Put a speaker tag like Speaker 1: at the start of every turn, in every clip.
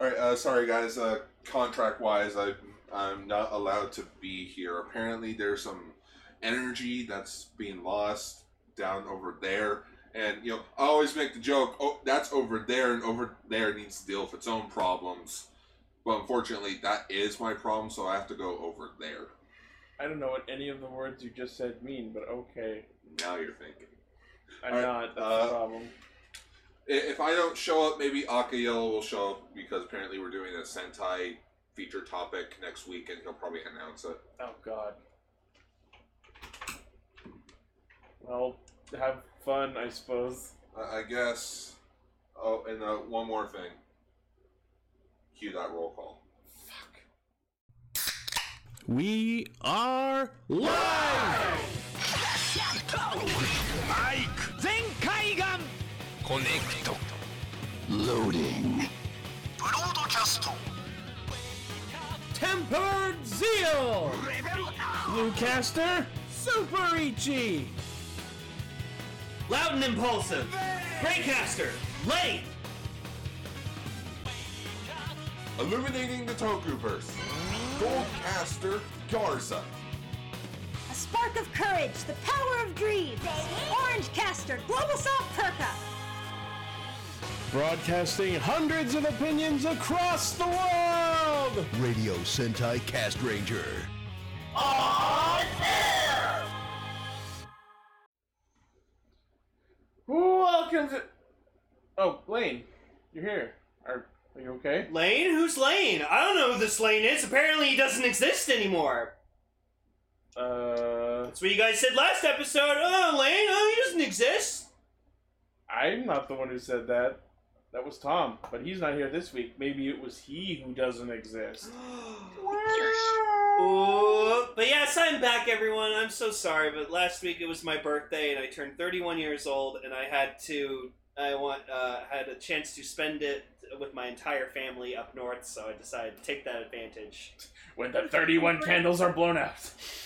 Speaker 1: All right, uh, sorry guys. Uh, contract wise, I I'm not allowed to be here. Apparently, there's some energy that's being lost down over there, and you know I always make the joke, oh that's over there, and over there needs to deal with its own problems. But unfortunately, that is my problem, so I have to go over there.
Speaker 2: I don't know what any of the words you just said mean, but okay.
Speaker 1: Now you're thinking.
Speaker 2: I'm
Speaker 1: Alright,
Speaker 2: not. That's
Speaker 1: uh,
Speaker 2: the problem.
Speaker 1: I- If I don't show up, maybe Akayo will show up because apparently we're doing a Sentai feature topic next week, and he'll probably announce it.
Speaker 2: Oh God. Well, have fun, I suppose.
Speaker 1: I I guess. Oh, and uh, one more thing. Cue that roll call.
Speaker 3: We are live!
Speaker 4: マイク全海岸コネクト
Speaker 5: Loading.
Speaker 4: ブロードキャスト
Speaker 3: Tempered Zeal! Bluecaster? Super Ichi!
Speaker 6: Loud and impulsive. Greycaster. Late.
Speaker 1: Illuminating the Tokuverse. Goldcaster Garza.
Speaker 7: A spark of courage, the power of dreams. Orange caster, global soft perka.
Speaker 3: Broadcasting hundreds of opinions across the world!
Speaker 5: Radio Sentai Cast Ranger.
Speaker 2: Welcome to. Oh, Blaine, you're here. Are Are you okay?
Speaker 6: Lane? Who's Lane? I don't know who this Lane is. Apparently, he doesn't exist anymore.
Speaker 2: Uh,
Speaker 6: That's what you guys said last episode. Oh, Lane. Oh, he doesn't exist.
Speaker 2: I'm not the one who said that. That was Tom, but he's not here this week. Maybe it was he who doesn't exist.
Speaker 6: Oh, but yes, I'm back, everyone. I'm so sorry, but last week it was my birthday, and I turned 31 years old, and I had to. I want uh, had a chance to spend it with my entire family up north, so I decided to take that advantage.
Speaker 2: When the 31 candles are blown out.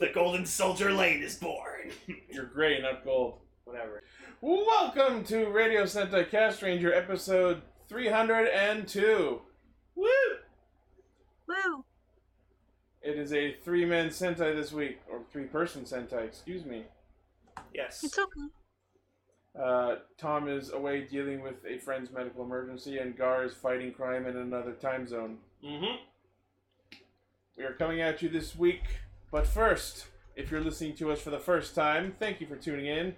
Speaker 6: The Golden Soldier Lane is born.
Speaker 2: You're gray, not gold.
Speaker 6: Whatever.
Speaker 2: Welcome to Radio Sentai Cast Ranger episode 302.
Speaker 6: Woo!
Speaker 7: Woo.
Speaker 2: It is a three man Sentai this week, or three person Sentai, excuse me.
Speaker 6: Yes.
Speaker 7: okay.
Speaker 2: Uh, Tom is away dealing with a friend's medical emergency, and Gar is fighting crime in another time zone.
Speaker 6: Mm-hmm.
Speaker 2: We are coming at you this week, but first, if you're listening to us for the first time, thank you for tuning in.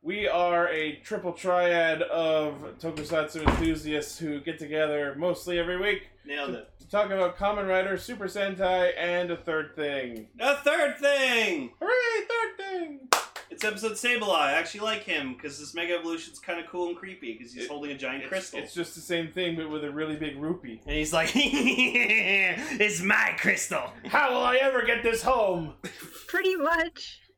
Speaker 2: We are a triple triad of tokusatsu enthusiasts who get together mostly every week
Speaker 6: Nailed it.
Speaker 2: to talk about Common Rider, Super Sentai, and a third thing.
Speaker 6: A third thing.
Speaker 2: Hooray, third thing!
Speaker 6: It's episode Sableye. I actually like him because this Mega Evolution's kind of cool and creepy because he's
Speaker 2: It-
Speaker 6: holding a giant
Speaker 2: It's,
Speaker 6: crystal.
Speaker 2: it's just the same thing, but with a really big rupee.
Speaker 6: and he's like, "It's my crystal."
Speaker 2: How will I ever get this home?
Speaker 7: Pretty much.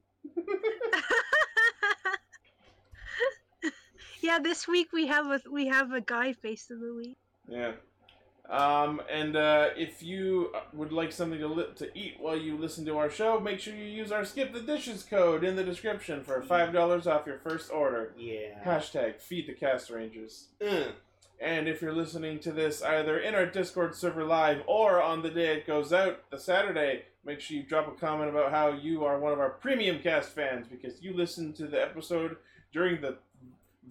Speaker 7: yeah, this week we have a we have a guy face of the week.
Speaker 2: Yeah. Um, and uh, if you would like something to, li- to eat while you listen to our show, make sure you use our Skip the Dishes code in the description for $5 off your first order.
Speaker 6: Yeah.
Speaker 2: Hashtag feed the cast rangers.
Speaker 6: Mm.
Speaker 2: And if you're listening to this either in our Discord server live or on the day it goes out, the Saturday, make sure you drop a comment about how you are one of our premium cast fans because you listened to the episode during the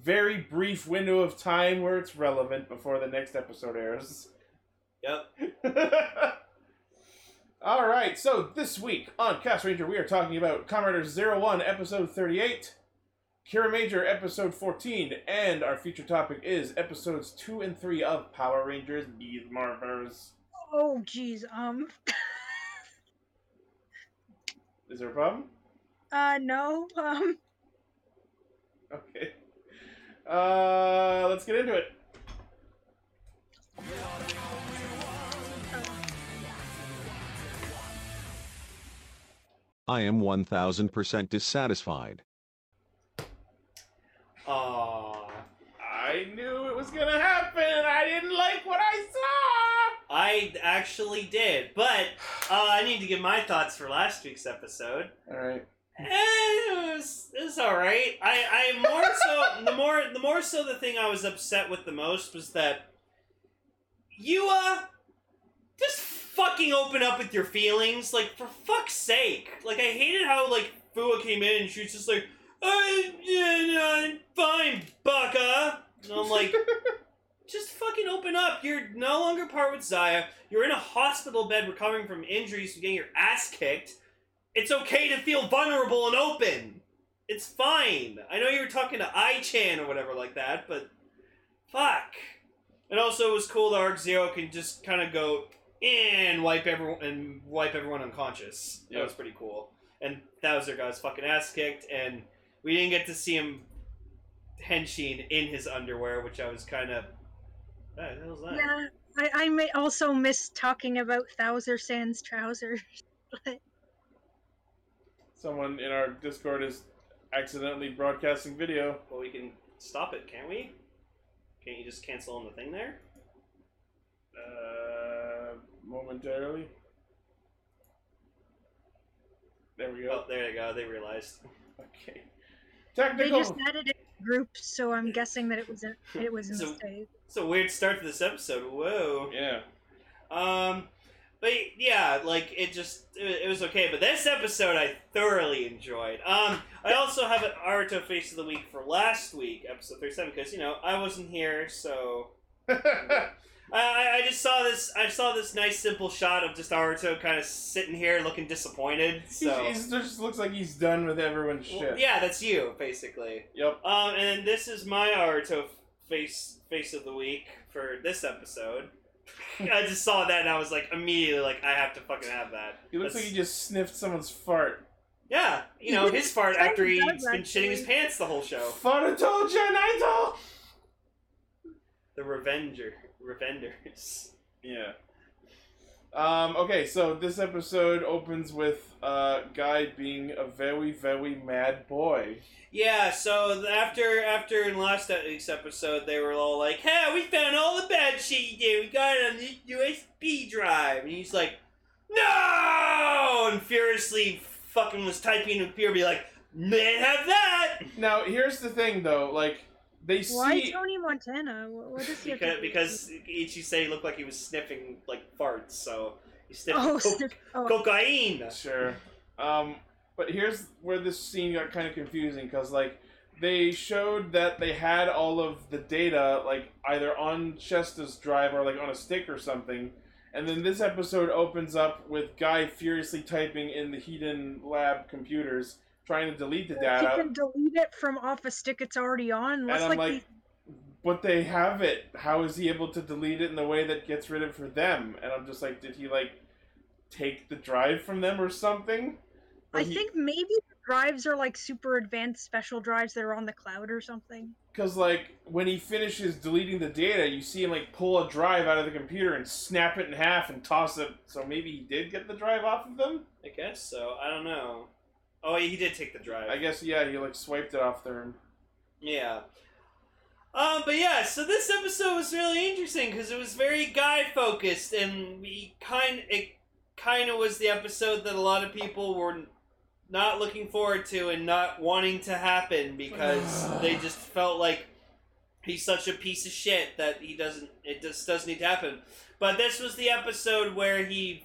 Speaker 2: very brief window of time where it's relevant before the next episode airs.
Speaker 6: Yep.
Speaker 2: All right, so this week on Cast Ranger, we are talking about Comrade Zero One, episode 38, Kira Major, episode 14, and our feature topic is episodes 2 and 3 of Power Rangers Bees Marvers.
Speaker 7: Oh jeez, um
Speaker 2: Is there a problem?
Speaker 7: uh no. Um
Speaker 2: Okay. Uh, let's get into it.
Speaker 8: I am 1000% dissatisfied.
Speaker 6: Aww.
Speaker 2: I knew it was gonna happen and I didn't like what I saw!
Speaker 6: I actually did, but uh, I need to give my thoughts for last week's episode.
Speaker 2: Alright.
Speaker 6: Eh, it was it was all right. I I more so the more the more so the thing I was upset with the most was that you uh just fucking open up with your feelings, like for fuck's sake. Like I hated how like Fua came in and she was just like, I, yeah, I'm fine, Baka. And I'm like, just fucking open up. You're no longer part with Zaya. You're in a hospital bed recovering from injuries from getting your ass kicked. It's okay to feel vulnerable and open. It's fine. I know you were talking to I Chan or whatever like that, but fuck. And also, it was cool that Arc Zero can just kind of go and wipe everyone and wipe everyone unconscious. That
Speaker 2: Yep.
Speaker 6: was pretty cool. And Thouser got his fucking ass kicked, and we didn't get to see him henshin in his underwear, which I was kind of. What the hell's that?
Speaker 9: Yeah, I, I may also miss talking about Thouser Sans trousers.
Speaker 2: Someone in our Discord is accidentally broadcasting video.
Speaker 6: Well, we can stop it, can't we? Can't you just cancel on the thing there?
Speaker 2: Uh, momentarily. There we
Speaker 6: Oh,
Speaker 2: go.
Speaker 6: there you go. They realized.
Speaker 2: Okay.
Speaker 9: They
Speaker 2: Technical.
Speaker 9: just added it to group, so I'm guessing that it was a, it was a
Speaker 6: So-
Speaker 9: mistake.
Speaker 6: It's a weird start to this episode. Whoa.
Speaker 2: Yeah.
Speaker 6: Um, but yeah, like it just it, it was okay. But this episode I thoroughly enjoyed. Um, I also have an Aruto face of the week for last week, episode thirty-seven, because you know I wasn't here, so I- I, I just saw this. I saw this nice simple shot of just Aruto kind of sitting here looking disappointed. So
Speaker 2: He's, he's just looks like he's done with everyone's shit.
Speaker 6: Well, yeah, that's you basically.
Speaker 2: Yep.
Speaker 6: Um, and then this is my Aruto face face of the week for this episode. I just saw that and I was like immediately like I have to fucking have that.
Speaker 2: He looks
Speaker 6: That's-
Speaker 2: like he just sniffed someone's fart.
Speaker 6: Yeah, you know his fart
Speaker 9: Kind of
Speaker 6: after he's
Speaker 9: does,
Speaker 6: been shitting his
Speaker 9: actually.
Speaker 6: pants the whole show.
Speaker 2: Faruto Naito!
Speaker 6: The Revenger, Revengers.
Speaker 2: Yeah. Um, okay, so this episode opens with uh, Guy being a very, very mad boy.
Speaker 6: Yeah, so th- after after in last e- week's episode, they were all like, "Hey, we found all the bad shit you did. We got it on this USB drive." And he's like, "No!" and furiously fucking was typing in fear, be like, "Man, have that!"
Speaker 2: Now, here's the thing, though. Like, they
Speaker 9: Why
Speaker 2: see.
Speaker 9: Tony Montana? What, what does he have
Speaker 6: Because
Speaker 9: to do?
Speaker 6: because Ichisan looked like he was sniffing like farts, so he sniffed
Speaker 9: oh,
Speaker 6: co-
Speaker 9: sniff- oh,
Speaker 6: cocaine.
Speaker 2: Sure. Um, but here's where this scene got kind of confusing because, like, they showed that they had all of the data, like, either on Chesta's drive or, like, on a stick or something. And then this episode opens up with Guy furiously typing in the Hedon lab computers, trying to delete the
Speaker 9: he
Speaker 2: data.
Speaker 9: can delete it from off a stick it's already on.
Speaker 2: And
Speaker 9: Looks
Speaker 2: I'm
Speaker 9: like,
Speaker 2: like, but they have it. How is he able to delete it in the way that gets rid of for them? And I'm just like, did he, like, take the drive from them or something?
Speaker 9: the- I
Speaker 2: But he-
Speaker 9: think maybe the drives are like super advanced special drives that are on the cloud or something.
Speaker 2: Because, like, when he finishes deleting the data, you see him, like, pull a drive out of the computer and snap it in half and toss it. So maybe he did get the drive off of them?
Speaker 6: I guess so. I don't know. Oh, he did take the drive.
Speaker 2: I guess, yeah, he, like, swiped it off their.
Speaker 6: Yeah. Um, but yeah, so this episode was really interesting because it was very guy focused, and we kind it kind of was the episode that a lot of people were not looking forward to and not wanting to happen because they just felt like he's such a piece of shit that he doesn't it just doesn't need to happen. But this was the episode where he,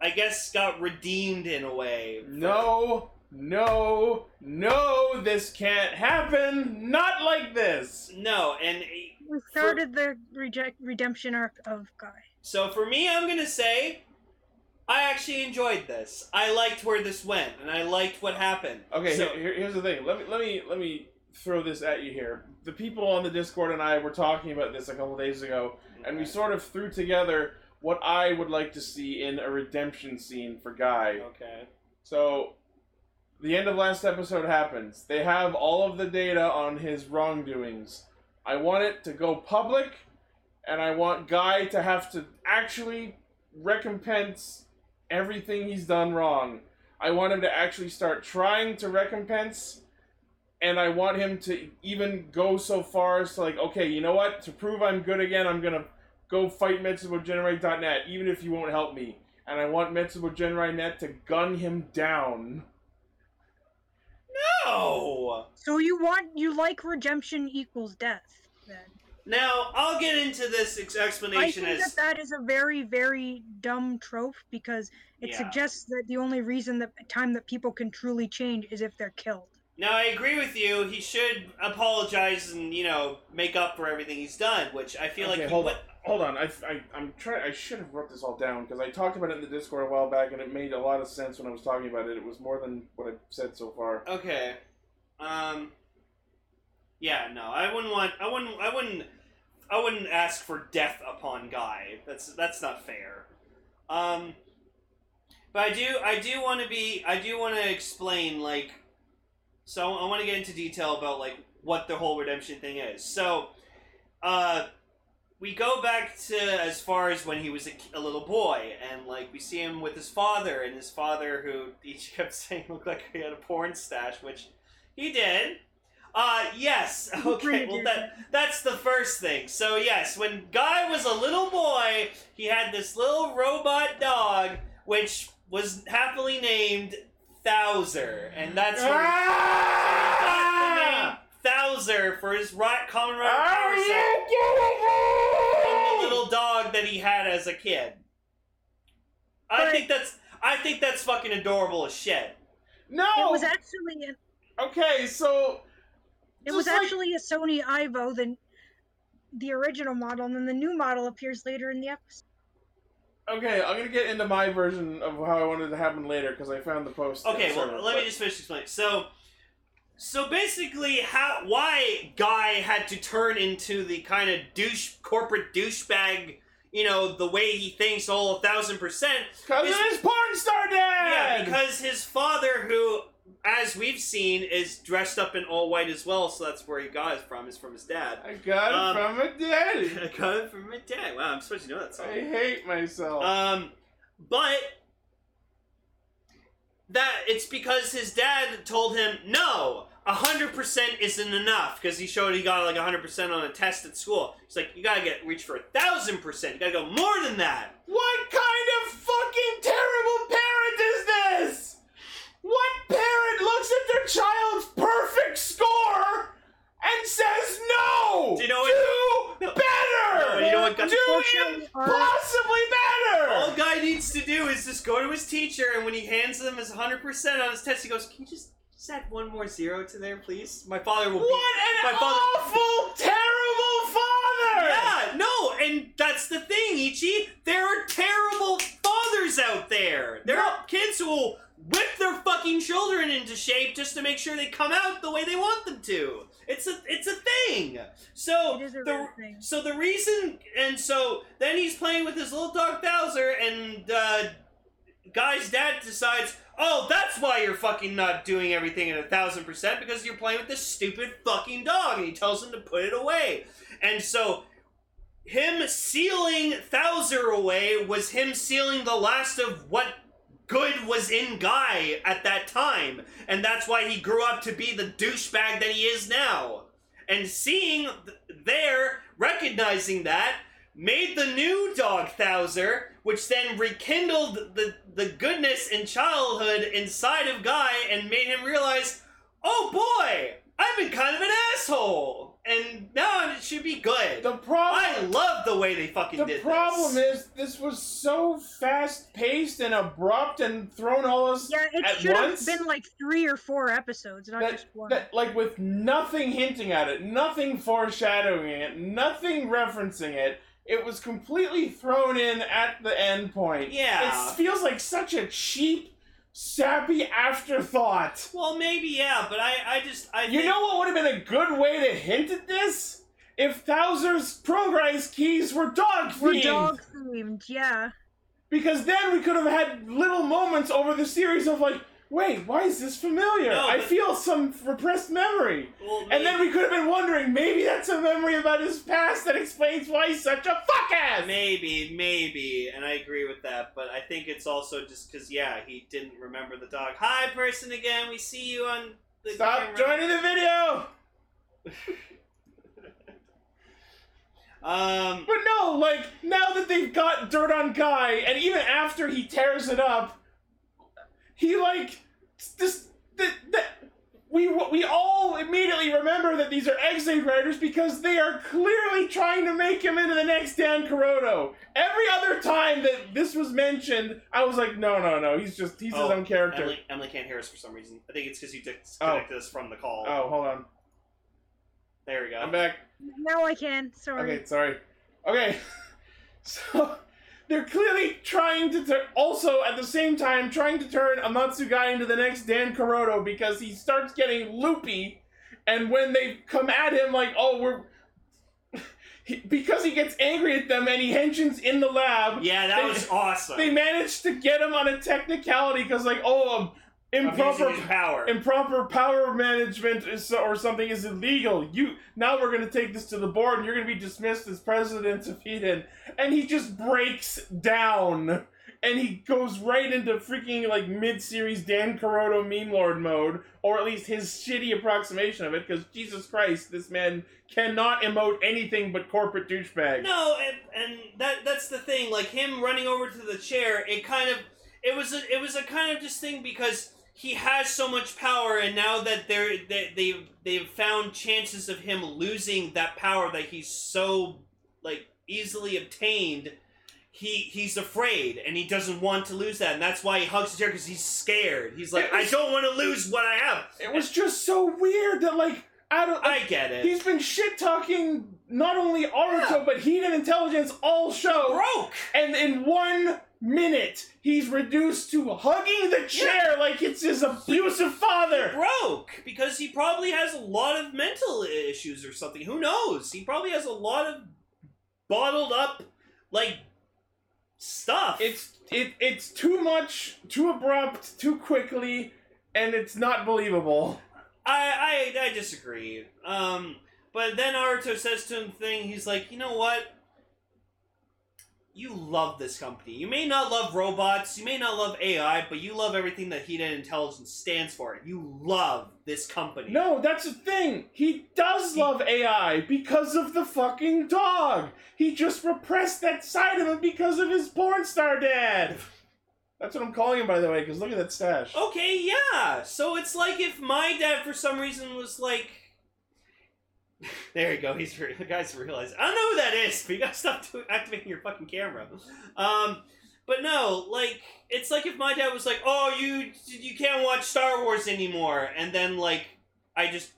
Speaker 6: I guess, got redeemed in a way.
Speaker 2: No, no, no, this can't happen! Not like this!
Speaker 6: No, and he-
Speaker 9: We started the reject redemption arc of Guy.
Speaker 6: So for me, I'm gonna say I actually enjoyed this. I liked where this went, and I liked what happened.
Speaker 2: Okay,
Speaker 6: so,
Speaker 2: here- here- here's the thing. Let me let me let me throw this at you here. The people on the Discord and I were talking about this a couple days ago, and we sort of threw together what I would like to see in a redemption scene for Guy.
Speaker 6: okay.
Speaker 2: So, the end of last episode happens. They have all of the data on his wrongdoings. I want it to go public, and I want Guy to have to actually recompense everything he's done wrong. I want him to actually start trying to recompense, and I want him to even go so far as to, like, okay, you know what? To prove I'm good again, I'm gonna go fight MetsuboGenerate.net, even if you won't help me and I want Metsubo Genrai Net to gun him down.
Speaker 6: No.
Speaker 9: So you want you like redemption equals death then?
Speaker 6: Now, I'll get into this ex-
Speaker 9: I
Speaker 6: explanation
Speaker 9: think
Speaker 6: as
Speaker 9: that that is a very, very dumb trope because it
Speaker 6: Yeah.
Speaker 9: suggests that the only reason that time that people can truly change is if they're killed.
Speaker 6: Now I agree with you. He should apologize and you know make up for everything he's done, which I feel
Speaker 2: Okay,
Speaker 6: like.
Speaker 2: hold
Speaker 6: what,
Speaker 2: on, hold on. I, I, am trying. I should have wrote this all down because I talked about it in the Discord a while back, and it made a lot of sense when I was talking about it. It was more than what I've said so far.
Speaker 6: Okay. Um. Yeah. No, I wouldn't want. I wouldn't. I wouldn't. I wouldn't ask for death upon Guy. That's that's not fair. Um. But I do. I do want to be. I do want to explain. Like. So I want to get into detail about like what the whole redemption thing is. So, uh, we go back to as far as when he was a, ki- a little boy, and like we see him with his father, and his father who he kept saying looked like he had a porn stash, which he did. Uh, yes. Okay.
Speaker 9: pretty
Speaker 6: Well,
Speaker 9: good.
Speaker 6: that that's the first thing. So yes, when Guy was a little boy, he had this little robot dog, which was happily named Thouser, and that's where he-
Speaker 2: Ah!
Speaker 6: Thouser for his rat Colorado
Speaker 2: Are
Speaker 6: Power
Speaker 2: you
Speaker 6: set from the
Speaker 2: kidding me?
Speaker 6: little dog that he had as a kid. I
Speaker 9: But-
Speaker 6: think that's I think that's fucking adorable as shit.
Speaker 2: No.
Speaker 9: It
Speaker 2: Oh.
Speaker 9: was actually an,
Speaker 2: okay, so
Speaker 9: it was
Speaker 2: Just like-
Speaker 9: actually a Sony Ivo, the the original model, and then the new model appears later in the episode.
Speaker 2: okay, I'm gonna get into my version of how I wanted it to happen later because I found the post. in
Speaker 6: Okay,
Speaker 2: the server,
Speaker 6: well let
Speaker 2: but-
Speaker 6: me just finish explaining. So so basically how why Guy had to turn into the kind of douche corporate douchebag, you know, the way he thinks all a thousand percent
Speaker 2: Cause
Speaker 6: It's-
Speaker 2: it is porn star dad.
Speaker 6: Yeah, because his father, who, as we've seen, is dressed up in all white as well, so that's where he got it from, is from his dad.
Speaker 2: I got it
Speaker 6: Um,
Speaker 2: from a daddy.
Speaker 6: I got it from my dad. Wow, I'm supposed to know that
Speaker 2: I
Speaker 6: song.
Speaker 2: hate myself.
Speaker 6: Um, but that it's because his dad told him no. 100% isn't enough because he showed he got like 100% on a test at school. He's like, you gotta get reach for a thousand percent. You gotta go more than that.
Speaker 2: What kind of fucking terrible parent is this? What parent looks at their child's perfect score and says no?
Speaker 6: Do you know what-
Speaker 2: Do
Speaker 6: No.
Speaker 2: better.
Speaker 6: No, you know what got-
Speaker 2: Do
Speaker 9: Unfortunately, our-
Speaker 2: possibly better.
Speaker 6: All guy needs to do is just go to his teacher, and when he hands him his 100% on his test, he goes, Can you just, just add one more zero to there, please? My father will
Speaker 2: what
Speaker 6: beat
Speaker 2: an
Speaker 6: my father.
Speaker 2: awful, terrible father.
Speaker 6: Yeah, no, and that's the thing, Ichi. There are terrible fathers out there. There are kids who will whip their fucking children into shape just to make sure they come out the way they want them to. It's a it's a thing. So
Speaker 9: It is a
Speaker 6: the
Speaker 9: real thing.
Speaker 6: so the reason and so then he's playing with his little dog Bowser and uh, guy's dad decides, oh, that's why you're fucking not doing everything at a thousand percent because you're playing with this stupid fucking dog, and he tells him to put it away. And so, him sealing Thouser away was him sealing the last of what good was in Guy at that time, and that's why he grew up to be the douchebag that he is now. And seeing th- there, recognizing that, made the new dog Thouser, which then rekindled the, the goodness and childhood inside of Guy and made him realize, oh boy, I've been kind of an asshole. And now it should be good.
Speaker 2: The problem.
Speaker 6: I love the way they fucking
Speaker 2: The
Speaker 6: did
Speaker 2: problem
Speaker 6: this.
Speaker 2: is this was so fast paced and abrupt and thrown all us
Speaker 9: Yeah, it
Speaker 2: at
Speaker 9: should
Speaker 2: once
Speaker 9: have been like three or four episodes, not
Speaker 2: that,
Speaker 9: just one.
Speaker 2: that like with nothing hinting at it, nothing foreshadowing it, nothing referencing it. It was completely thrown in at the end point.
Speaker 6: Yeah.
Speaker 2: It feels like such a cheap, sappy afterthought.
Speaker 6: Well, maybe yeah, but I, I just I
Speaker 2: You
Speaker 6: think-
Speaker 2: know what would have been a good way to hint at this? If Thouser's progress keys were dog themed.
Speaker 9: We're dog themed, yeah.
Speaker 2: Because then we could have had little moments over the series of like, wait, why is this familiar?
Speaker 6: No,
Speaker 2: I
Speaker 6: but-
Speaker 2: feel some repressed memory.
Speaker 6: Well,
Speaker 2: And then
Speaker 6: maybe-
Speaker 2: we could have been wondering, maybe that's a memory about his past that explains why he's such a fuckass.
Speaker 6: maybe maybe, and I agree with that, but I think it's also just because yeah, he didn't remember the dog. Hi, person again. We see you on the
Speaker 2: Stop
Speaker 6: camera.
Speaker 2: joining the video.
Speaker 6: Um,
Speaker 2: But no, like now that they've got dirt on Guy, and even after he tears it up, he like just that that we we all immediately remember that these are Exit Riders because they are clearly trying to make him into the next Dan Caroto. Every other time that this was mentioned, I was like, no, no, no, he's just he's
Speaker 6: Oh,
Speaker 2: his own character.
Speaker 6: Emily, Emily can't hear us for some reason. I think it's because you disconnected us from the call.
Speaker 2: Oh, hold on,
Speaker 6: There we go.
Speaker 2: I'm back.
Speaker 9: Now I can. Sorry.
Speaker 2: Okay, sorry. Okay, so they're clearly trying to turn. Also, at the same time, trying to turn Amatsu Guy into the next Dan Caroto because he starts getting loopy, and when they come at him, like, oh, we're. He, because he gets angry at them and he henshins in the lab,
Speaker 6: Yeah, that
Speaker 2: They-
Speaker 6: was awesome.
Speaker 2: they manage to get him on a technicality because, like, oh, um,
Speaker 6: I'm using
Speaker 2: improper
Speaker 6: his power.
Speaker 2: improper power management is, or something is illegal. You now we're going to take this to the board, and you're going to be dismissed as president of Eden. And he just breaks down, and he goes right into freaking like mid-series Dan Caroto meme lord mode, or at least his shitty approximation of it. Because Jesus Christ, this man cannot emote anything but corporate douchebag.
Speaker 6: No, and, and that that's the thing. Like him running over to the chair, it kind of it was a, it was a kind of just thing because he has so much power, and now that they're they, they've they've found chances of him losing that power that he's so like easily obtained. He, he's afraid and he doesn't want to lose that and that's why he hugs the chair because he's scared. He's like,
Speaker 2: It
Speaker 6: I
Speaker 2: was-
Speaker 6: don't want to lose what I have.
Speaker 2: It was just so weird that like I don't.
Speaker 6: I get it.
Speaker 2: He's been shit talking not only Naruto but Heat and Intelligence all show.
Speaker 6: broke.
Speaker 2: And in one minute, he's reduced to hugging the chair like it's his abusive father.
Speaker 6: broke because he probably has a lot of mental issues or something. Who knows? He probably has a lot of bottled up like stuff.
Speaker 2: It's it it's too much, too abrupt, too quickly, and it's not believable.
Speaker 6: I, I I disagree. Um, but then Naruto says to him thing. He's like, you know what? You love this company. You may not love robots. You may not love AI, but you love everything that Hidden Intelligence stands for. You love this company.
Speaker 2: No, that's the thing. He does love AI because of the fucking dog. He just repressed that side of him because of his porn star dad. That's what I'm calling him, by the way, because look at that stash.
Speaker 6: Okay, yeah. So it's like if my dad, for some reason, was like, "There you go." He's re- the guys realize. I don't know who that is, but you gotta stop doing activating your fucking camera. Um, but no, like it's like if my dad was like, "Oh, you you can't watch Star Wars anymore," and then like I just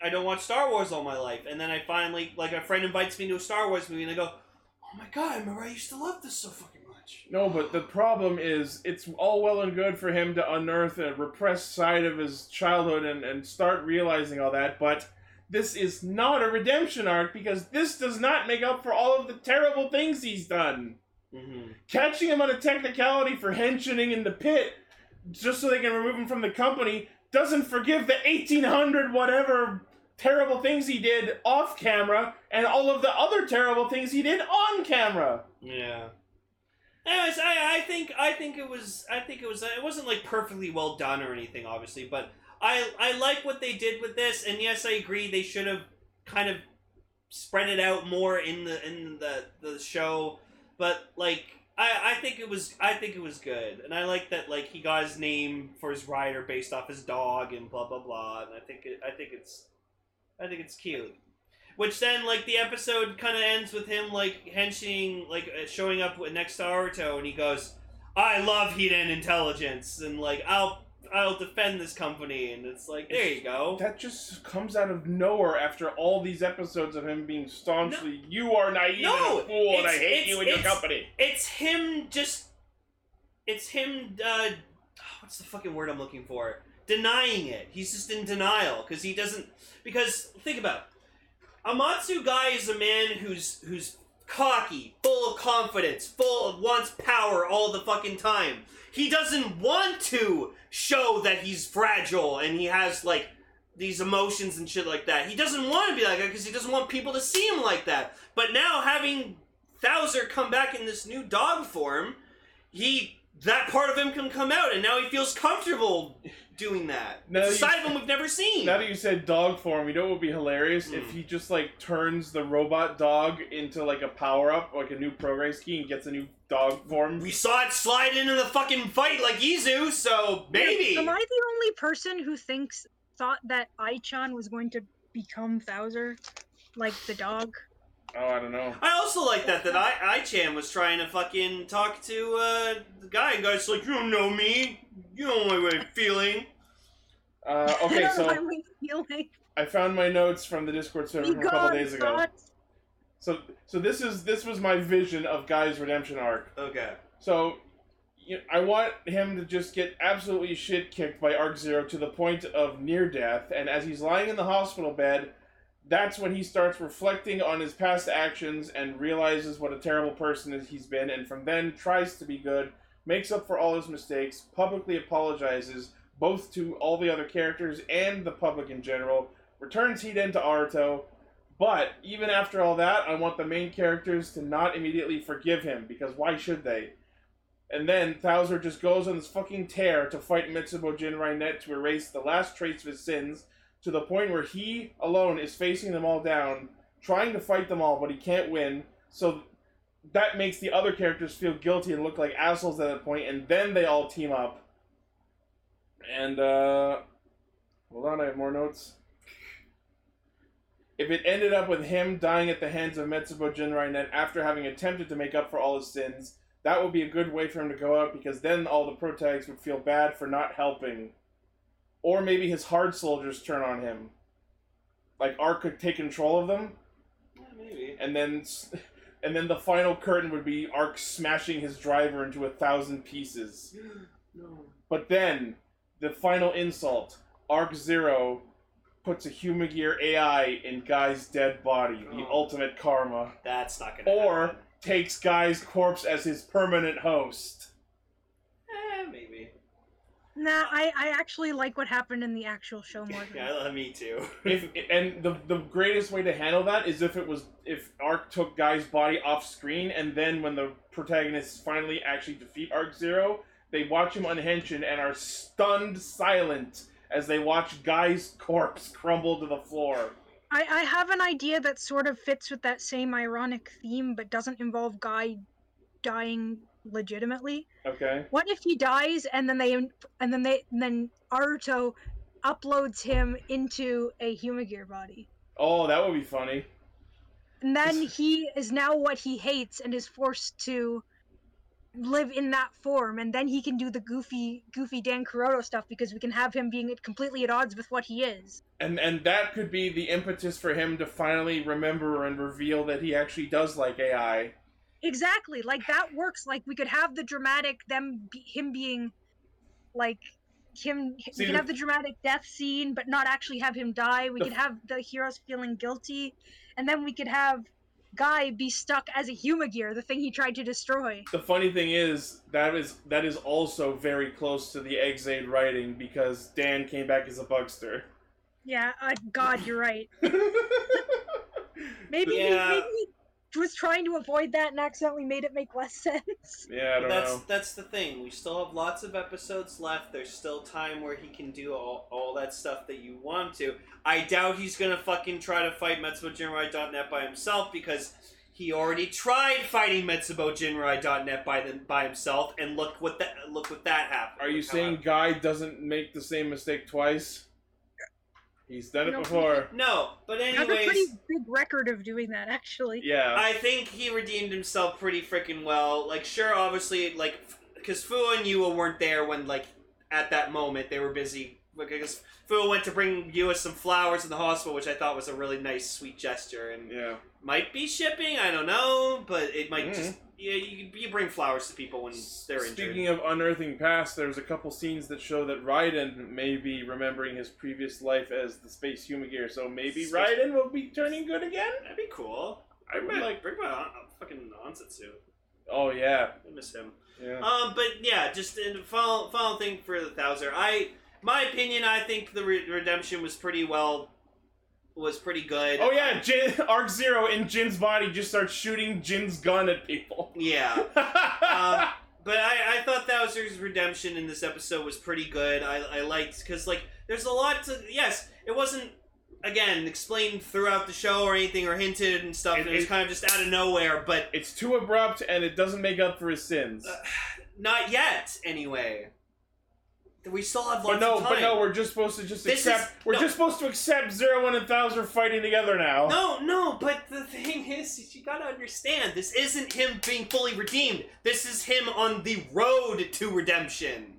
Speaker 6: I don't watch Star Wars all my life, and then I finally like a friend invites me to a Star Wars movie, and I go, "Oh my god, I remember I used to love this so fucking much."
Speaker 2: No, but the problem is, it's all well and good for him to unearth a repressed side of his childhood and, and start realizing all that, but this is not a redemption arc because this does not make up for all of the terrible things he's done.
Speaker 6: Mm-hmm.
Speaker 2: Catching him on a technicality for henching in the pit just so they can remove him from the company doesn't forgive the 1800 whatever terrible things he did off camera and all of the other terrible things he did on camera.
Speaker 6: Yeah. Anyways, I, I think I think it was I think it was uh, it wasn't like perfectly well done or anything, obviously, but I I like what they did with this, and yes, I agree they should have kind of spread it out more in the in the the show, but like I I think it was I think it was good, and I like that like he got his name for his rider based off his dog and blah blah blah, and I think it I think it's I think it's cute. Which then, like, the episode kind of ends with him, like, henching, like, uh, showing up with next to Naruto, and he goes, I love heat and intelligence, and, like, I'll I'll defend this company, and it's like, there you go.
Speaker 2: That just comes out of nowhere after all these episodes of him being staunchly, you are naive
Speaker 6: No,
Speaker 2: and a fool, and I
Speaker 6: it's-
Speaker 2: hate you
Speaker 6: it's-
Speaker 2: and your
Speaker 6: it's-
Speaker 2: company.
Speaker 6: It's him just. It's him, uh. What's the fucking word I'm looking for? Denying it. He's just in denial, because he doesn't. Because, think about it. Amatsu guy is a man who's who's cocky, full of confidence, full of wants power all the fucking time. He doesn't want to show that he's fragile and he has like these emotions and shit like that. He doesn't want to be like that because he doesn't want people to see him like that. But now having Thouser come back in this new dog form, he that part of him can come out and now he feels comfortable doing that.
Speaker 2: Now
Speaker 6: it's a
Speaker 2: you-
Speaker 6: side of him we've never seen.
Speaker 2: Now that you said dog form, you know what would be hilarious? If he just like turns the robot dog into like a power up, like a new progress key, and gets a new dog form.
Speaker 6: We saw it slide into the fucking fight like Izu, so maybe.
Speaker 9: Am I the only person who thinks thought that Aichan was going to become Bowser, like the dog.
Speaker 2: Oh, I don't know.
Speaker 6: I also like that that I I Chan was trying to fucking talk to uh, the guy, and guy's like, "You don't know me. You don't know my feeling."
Speaker 2: Uh, okay,
Speaker 9: I don't know
Speaker 2: so
Speaker 9: why we feel like
Speaker 2: I found my notes from the Discord server
Speaker 9: we
Speaker 2: from a couple days ago.
Speaker 9: got
Speaker 2: So, so this is this was my vision of Guy's redemption arc.
Speaker 6: Okay.
Speaker 2: So, you I want him to just get absolutely shit kicked by Arc Zero to the point of near death, and as he's lying in the hospital bed, that's when he starts reflecting on his past actions and realizes what a terrible person is- he's been, and from then tries to be good, makes up for all his mistakes, publicly apologizes both to all the other characters and the public in general, returns heat into Aruto, but even after all that, I want the main characters to not immediately forgive him because why should they? And then Bowser just goes on this fucking tear to fight Mitsubo Jinrainet to erase the last trace of his sins to the point where he alone is facing them all down, trying to fight them all, but he can't win. So that makes the other characters feel guilty and look like assholes at that point, and then they all team up. And, uh. Hold on, I have more notes. If it ended up with him dying at the hands of Metsubo Jinrainet after having attempted to make up for all his sins, that would be a good way for him to go out because then all the protagonists would feel bad for not helping. Or maybe his hard soldiers turn on him. Like Ark could take control of them,
Speaker 6: Yeah, maybe.
Speaker 2: and then s- and then the final curtain would be Ark smashing his driver into a thousand pieces.
Speaker 6: No.
Speaker 2: But then the final insult, Arc Zero puts a human gear AI in Guy's dead body, the
Speaker 6: Oh.
Speaker 2: ultimate karma,
Speaker 6: That's not gonna.
Speaker 2: or
Speaker 6: happen.
Speaker 2: takes Guy's corpse as his permanent host.
Speaker 6: Eh, maybe.
Speaker 9: Nah, I, I actually like what happened in the actual show more than
Speaker 6: Yeah, me too.
Speaker 2: if and the the greatest way to handle that is if it was if Ark took Guy's body off screen and then when the protagonists finally actually defeat Arc Zero, they watch him unhinged and are stunned silent as they watch Guy's corpse crumble to the floor.
Speaker 9: I, I have an idea that sort of fits with that same ironic theme, but doesn't involve Guy dying legitimately.
Speaker 2: Okay.
Speaker 9: What if he dies and then they and then they and then Aruto uploads him into a Humagear body,
Speaker 2: Oh, that would be funny.
Speaker 9: and then he is now what he hates and is forced to live in that form, and then he can do the goofy goofy Dan Kuroto stuff because we can have him being completely at odds with what he is.
Speaker 2: And and that could be the impetus for him to finally remember and reveal that he actually does like AI.
Speaker 9: Exactly. Like that works. Like we could have the dramatic them be, him being like him
Speaker 2: See,
Speaker 9: we could
Speaker 2: the-
Speaker 9: have the dramatic death scene but not actually have him die. We
Speaker 2: The-
Speaker 9: could have the heroes feeling guilty and then we could have Guy be stuck as a Humagear, the thing he tried to destroy.
Speaker 2: The funny thing is that is that is also very close to the Exade writing because Dan came back as a bugster.
Speaker 9: Yeah, uh, god, you're right. Maybe, he-
Speaker 6: Yeah.
Speaker 9: maybe he was trying to avoid that and accidentally made it make less sense.
Speaker 2: yeah, I don't
Speaker 6: that's
Speaker 2: know.
Speaker 6: that's the thing. We still have lots of episodes left. There's still time where he can do all, all that stuff that you want to. I doubt he's gonna fucking try to fight Metsubo Jinrai.net by himself because he already tried fighting Metsubo Jinrai.net by them by himself, and look what that look what that happened.
Speaker 2: Are you
Speaker 6: Look how
Speaker 2: saying
Speaker 6: that-
Speaker 2: Guy doesn't make the same mistake twice? He's done it
Speaker 9: No.
Speaker 2: before.
Speaker 6: No, but
Speaker 9: I have a pretty
Speaker 6: anyways,
Speaker 9: big record of doing that actually.
Speaker 2: Yeah.
Speaker 6: I think he redeemed himself pretty freaking well. Like, sure, obviously, like, because Fu and Yua weren't there when, like, at that moment they were busy. Because Fu went to bring Yua some flowers in the hospital, which I thought was a really nice, sweet gesture, and
Speaker 2: yeah.
Speaker 6: might be shipping. I don't know, but it might
Speaker 2: Mhm.
Speaker 6: just yeah. You, you bring flowers to people when they're injured.
Speaker 2: Speaking of unearthing past, there's a couple scenes that show that Raiden may be remembering his previous life as the Space Humagear, so maybe
Speaker 6: Space-
Speaker 2: Raiden will be turning good again?
Speaker 6: That'd be cool.
Speaker 2: I would
Speaker 6: Bring my-
Speaker 2: like.
Speaker 6: bring my uh, fucking Ansatsu.
Speaker 2: Oh, yeah.
Speaker 6: I miss him.
Speaker 2: Yeah.
Speaker 6: Um, but yeah, just in final final thing for the Thouser. I, my opinion, I think the re- redemption was pretty well, was pretty good.
Speaker 2: Oh, yeah, Jin, Arc Zero in Jin's body just starts shooting Jin's gun at people. Um,
Speaker 6: Yeah. But I, I thought Thouser's redemption in this episode was pretty good. I, I liked because like there's a lot to yes, it wasn't again explained throughout the show or anything or hinted and stuff.
Speaker 2: It-
Speaker 6: and it was
Speaker 2: it-
Speaker 6: kind of just out of nowhere, but
Speaker 2: it's too abrupt and it doesn't make up for his sins.
Speaker 6: Uh, not yet anyway. We still have
Speaker 2: But
Speaker 6: lots
Speaker 2: no,
Speaker 6: of time.
Speaker 2: but no, we're just supposed to just
Speaker 6: This
Speaker 2: accept.
Speaker 6: is-
Speaker 2: we're
Speaker 6: no.
Speaker 2: just supposed to accept zero, one, and thousand are fighting together now.
Speaker 6: No, no, but the thing is, is you gotta understand, this isn't him being fully redeemed. This is him on the road to redemption.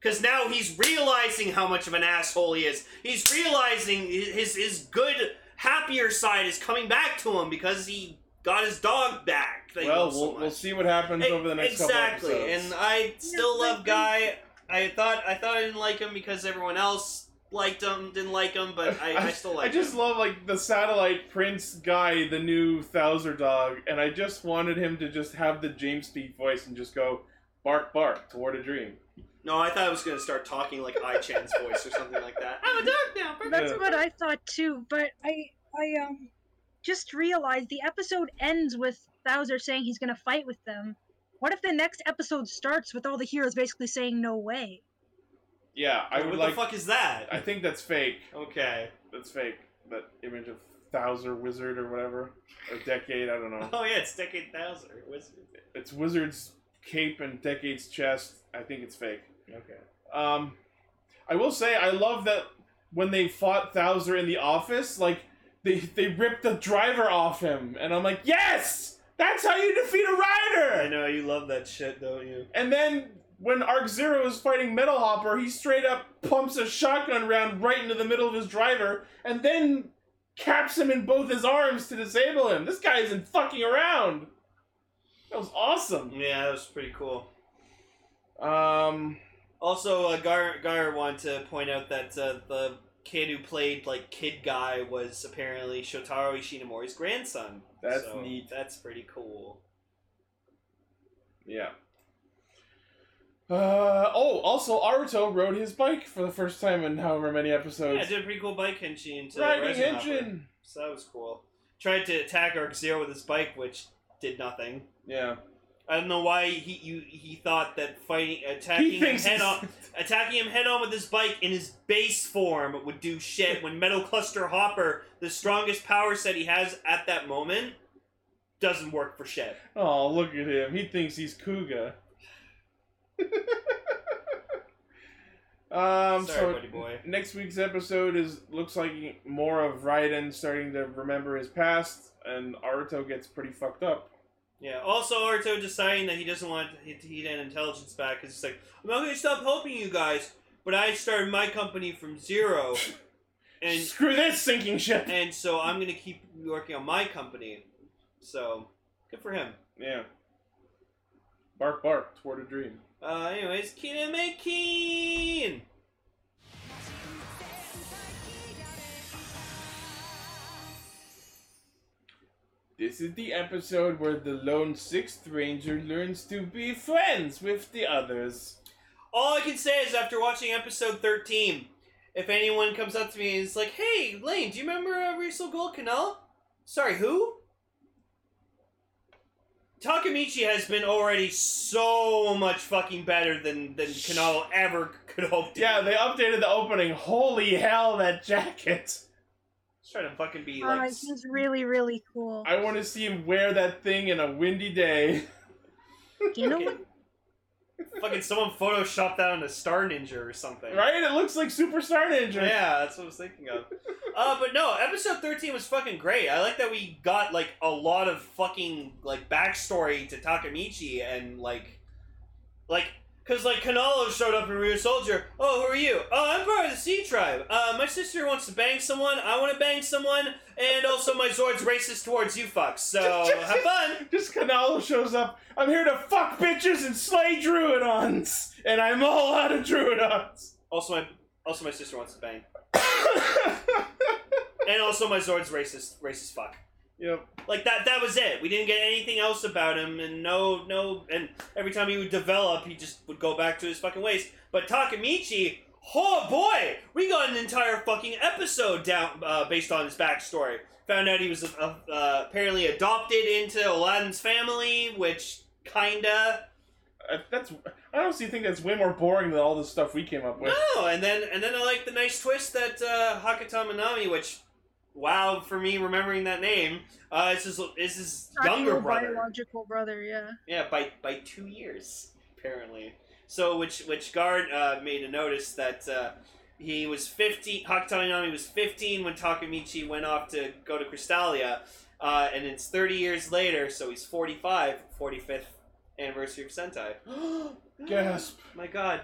Speaker 6: Because now he's realizing how much of an asshole he is. He's realizing his, his good, happier side is coming back to him because he got his dog back. that he
Speaker 2: well,
Speaker 6: loved so
Speaker 2: we'll, we'll
Speaker 6: much.
Speaker 2: see what happens
Speaker 6: E-
Speaker 2: over the next
Speaker 6: exactly.
Speaker 2: couple episodes.
Speaker 6: and I still love Guy. I thought I thought I didn't like him because everyone else liked him, didn't like him, but I, I, still like
Speaker 2: I just
Speaker 6: him.
Speaker 2: love like the satellite prince guy, the new Thouser dog, and I just wanted him to just have the James Speed voice and just go bark bark toward a dream.
Speaker 6: No, I thought I was gonna start talking like I Chan's voice or something like that. I'm a dog now. Perfect.
Speaker 9: That's
Speaker 2: Yeah.
Speaker 9: what I thought too, but I I um just realized the episode ends with Bowser saying he's gonna fight with them. What if the next episode starts with all the heroes basically saying no way?
Speaker 2: Yeah, I
Speaker 6: what
Speaker 2: would
Speaker 6: the
Speaker 2: like.
Speaker 6: fuck is that?
Speaker 2: I think that's fake.
Speaker 6: okay.
Speaker 2: That's fake. That image of Thouser wizard or whatever, or decade. I don't know.
Speaker 6: Oh yeah, it's Decade Thousand. What's
Speaker 2: it's Wizard's cape and Decade's chest. I think it's fake.
Speaker 6: Okay.
Speaker 2: Um, I will say I love that when they fought Thouser in the office, like they they ripped the driver off him, and I'm like, yes, that's how you defeat a
Speaker 6: I
Speaker 2: rider.
Speaker 6: know you love that shit, don't you?
Speaker 2: And then when Arc Zero is fighting Metal Hopper, he straight up pumps a shotgun round right into the middle of his driver, and then caps him in both his arms to disable him. This guy isn't fucking around. That was awesome.
Speaker 6: Yeah, that was pretty cool.
Speaker 2: Um.
Speaker 6: Also, uh, Gar Gar wanted to point out that uh, the kid who played like Kid Guy was apparently Shotaro Ishinomori's grandson.
Speaker 2: That's
Speaker 6: So,
Speaker 2: neat.
Speaker 6: That's pretty cool.
Speaker 2: Yeah. Uh, oh, also Aruto rode his bike for the first time in however many
Speaker 6: Yeah, I
Speaker 2: episodes.
Speaker 6: did a pretty cool bike henshi into
Speaker 2: Riding
Speaker 6: Resin Hopper.
Speaker 2: engine.
Speaker 6: So that was cool. Tried to attack Arc Zero with his bike, which did nothing.
Speaker 2: Yeah.
Speaker 6: I don't know why he you he thought that fighting attacking him head
Speaker 2: he's-
Speaker 6: on attacking him head on with his bike in his base form would do shit when Metal Cluster Hopper, the strongest power set he has at that moment, doesn't work for shit.
Speaker 2: Oh, look at him. He thinks he's Kuga. um,
Speaker 6: Sorry,
Speaker 2: so
Speaker 6: buddy boy.
Speaker 2: next week's episode is looks like more of Raiden starting to remember his past, and Aruto gets pretty fucked up.
Speaker 6: Yeah. Also, Arto deciding that he doesn't want to hit heat and intelligence back because he's like, I'm not gonna stop helping you guys, but I started my company from zero, and
Speaker 2: Screw this sinking ship.
Speaker 6: and so I'm gonna keep working on my company. So good for him.
Speaker 2: yeah. Bark, bark toward a dream.
Speaker 6: Uh, anyways, Kiname Keen!
Speaker 2: This is the episode where the lone sixth ranger learns to be friends with the others.
Speaker 6: All I can say is after watching episode 13, if anyone comes up to me and is like, hey, Lane, do you remember uh, Riesel Gold Canal? Sorry, who? Takamichi has been already so much fucking better than, than Kanal ever could hope to.
Speaker 2: Yeah, they updated the opening. Holy hell, that jacket!
Speaker 6: He's trying to fucking be
Speaker 9: Uh,
Speaker 6: like.
Speaker 9: he's really, really cool.
Speaker 2: I want to see him wear that thing in a windy day.
Speaker 9: You know what?
Speaker 6: fucking, fucking someone photoshopped that on a Star Ninja or something.
Speaker 2: Right? It looks like Superstar Ninja.
Speaker 6: Yeah, that's what I was thinking of. uh, but no, episode thirteen was fucking great. I like that we got like a lot of fucking like backstory to Takamichi and like, like, cause like Kanalo showed up in Rear Soldier. Oh, who are you? Oh, I'm part of the Sea Tribe. Uh, my sister wants to bang someone. I want to bang someone, and also my Zord's racist towards you fucks. So have fun.
Speaker 2: Just Canalo shows up. I'm here to fuck bitches and slay druidons, and I'm all out of druidons.
Speaker 6: Also, my also my sister wants to bang, and also my Zord's racist racist fuck.
Speaker 2: yep.
Speaker 6: like that that was it we didn't get anything else about him and no no and every time he would develop he just would go back to his fucking ways but takamichi oh boy we got an entire fucking episode down uh, based on his backstory found out he was uh, uh, apparently adopted into aladdin's family which kinda
Speaker 2: I, that's. I honestly think that's way more boring than all the stuff we came up with.
Speaker 6: No, Oh, and then and then I like the nice twist that uh, Hakata Minami, which wow for me remembering that name, uh, is his is his younger
Speaker 9: Actual
Speaker 6: brother.
Speaker 9: biological brother, yeah.
Speaker 6: Yeah, by by two years apparently. So which which guard uh, made a notice that uh, he was 15. Hakutanami was 15 when Takamichi went off to go to Crystallia, uh, and it's 30 years later, so he's 45. 45th anniversary of Sentai.
Speaker 2: Gasp.
Speaker 6: My God.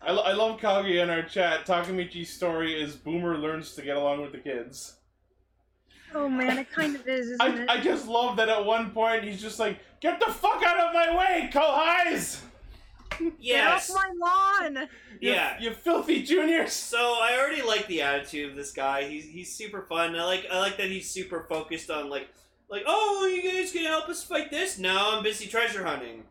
Speaker 2: I, lo- I love Kagi in our chat. Takamichi's story is Boomer learns to get along with the kids.
Speaker 9: Oh man, it kind of is, isn't
Speaker 2: I,
Speaker 9: it?
Speaker 2: I just love that at one point he's just like, get the fuck out of my way, Kohais!
Speaker 6: Yes.
Speaker 9: Get off my
Speaker 2: Oh,
Speaker 9: lawn!
Speaker 2: You-
Speaker 6: Yeah.
Speaker 2: You filthy juniors!
Speaker 6: So I already like the attitude of this guy. He's he's super fun. I like I like that he's super focused on like like oh you guys can help us fight this. No, I'm busy treasure hunting.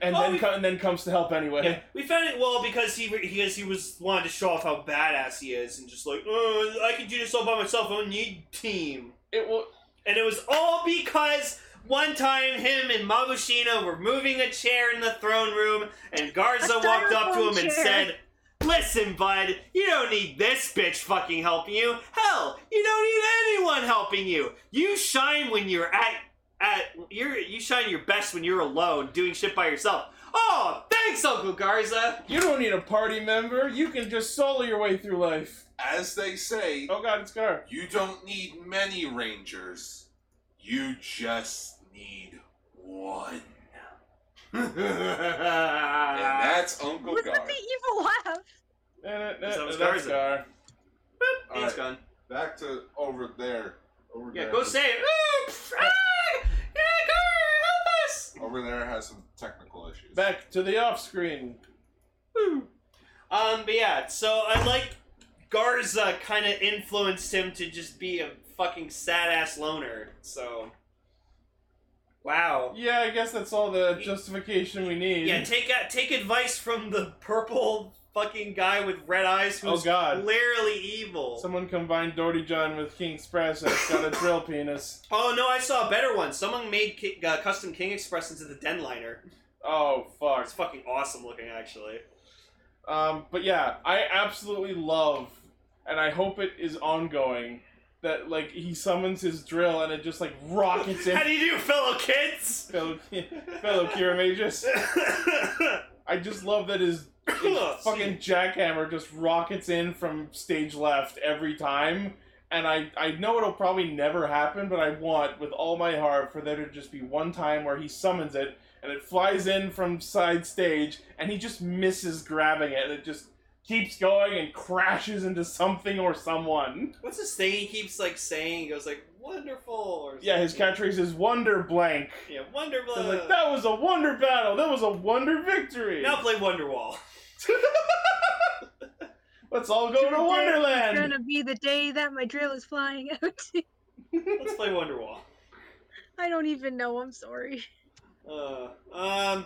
Speaker 2: And,
Speaker 6: Oh,
Speaker 2: then,
Speaker 6: we-
Speaker 2: co- and then comes to help anyway.
Speaker 6: Yeah, we found it well because he because he was wanted to show off how badass he is and just like oh I can do this all by myself. I don't need team.
Speaker 2: It will,
Speaker 6: And it was all because one time him and Mabushina were moving a chair in the throne room, and Garza
Speaker 9: A
Speaker 6: walked up to
Speaker 9: styrofoam
Speaker 6: him and
Speaker 9: chair.
Speaker 6: said, Listen, bud, you don't need this bitch fucking helping you. Hell, you don't need anyone helping you. You shine when you're at at you're you shine your best when you're alone doing shit by yourself. Oh, thanks, Uncle Garza.
Speaker 2: you don't need a party member. You can just solo your way through life.
Speaker 1: As they say,
Speaker 2: Oh god, it's Gar.
Speaker 1: you don't need many rangers. You just need one. And that's Uncle
Speaker 9: Look
Speaker 1: Gar.
Speaker 9: at the evil laugh!
Speaker 2: And it,
Speaker 6: That was
Speaker 2: that's
Speaker 6: Garza.
Speaker 2: Gar.
Speaker 1: All
Speaker 6: He's
Speaker 1: right,
Speaker 6: gone.
Speaker 1: back to over there. Over
Speaker 6: Yeah,
Speaker 1: there.
Speaker 6: go say it. Ooh, pff, ah, yeah, Gar, help us.
Speaker 1: Over there has some technical issues.
Speaker 2: Back to the off screen.
Speaker 6: Um, but yeah, so I like Garza kind of influenced him to just be a fucking sad ass loner. So, wow.
Speaker 2: Yeah, I guess that's all the justification we need.
Speaker 6: Yeah, take a- take advice from the purple fucking guy with red eyes
Speaker 2: Oh,
Speaker 6: who's
Speaker 2: God.
Speaker 6: clearly evil.
Speaker 2: Someone combined Doherty John with King Express and it's got a drill penis.
Speaker 6: Oh no, I saw a better one. Someone made ki- uh, custom King Express into the Denliner.
Speaker 2: Oh fuck.
Speaker 6: It's fucking awesome looking, actually.
Speaker 2: Um, but yeah, I absolutely love, and I hope it is ongoing. That like he summons his drill and it just like rockets in
Speaker 6: How do you do, fellow kids?
Speaker 2: fellow fellow Kira Mages. I just love that his
Speaker 6: Oh,
Speaker 2: fucking jackhammer just rockets in from stage left every time. And I, I know it'll probably never happen, but I want with all my heart for there to just be one time where he summons it and it flies in from side stage and he just misses grabbing it and it just keeps going and crashes into something or someone.
Speaker 6: What's this thing he keeps like saying? He goes like wonderful or
Speaker 2: Yeah, his
Speaker 6: something.
Speaker 2: catchphrase is Wonder Blank.
Speaker 6: Yeah, Wonder
Speaker 2: It's
Speaker 6: Blow.
Speaker 2: like, that was a wonder battle. That was a wonder victory.
Speaker 6: Uh. now play Wonderwall.
Speaker 2: Let's all go to Wonderland.
Speaker 9: gonna be the day that my drill is flying out.
Speaker 6: Let's play Wonderwall.
Speaker 9: I don't even know. I'm sorry.
Speaker 6: Uh, um.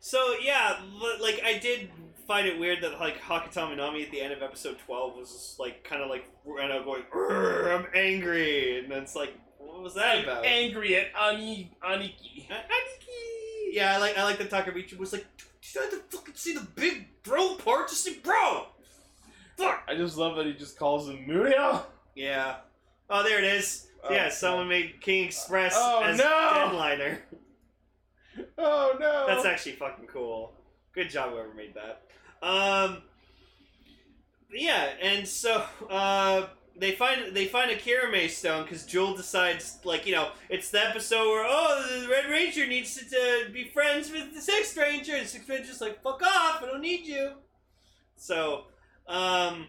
Speaker 6: So yeah, li- like I did find it weird that like Hakatami Nami at the end of episode twelve was just, like kind of like ran out going, "Urgh, I'm angry, and then it's like, what was that about?
Speaker 2: angry at Ani Aniki.
Speaker 6: Uh, Aniki. Yeah, I like I like that Takamichi was like, "Did you have to fucking see the big bro part? Just say bro. Fuck.
Speaker 2: I just love that he just calls him Muriel.
Speaker 6: Yeah. Oh, there it is. yeah,
Speaker 2: Oh,
Speaker 6: someone made King Express
Speaker 2: Oh,
Speaker 6: as
Speaker 2: no!
Speaker 6: headliner.
Speaker 2: Oh no!
Speaker 6: That's actually fucking cool. Good job whoever made that. Um, yeah, and so uh, they find they find a Kirame stone because Jewel decides like you know it's the episode where oh the Red Ranger needs to, to be friends with the Sixth Ranger and Sixth Ranger's like fuck off I don't need you. So um,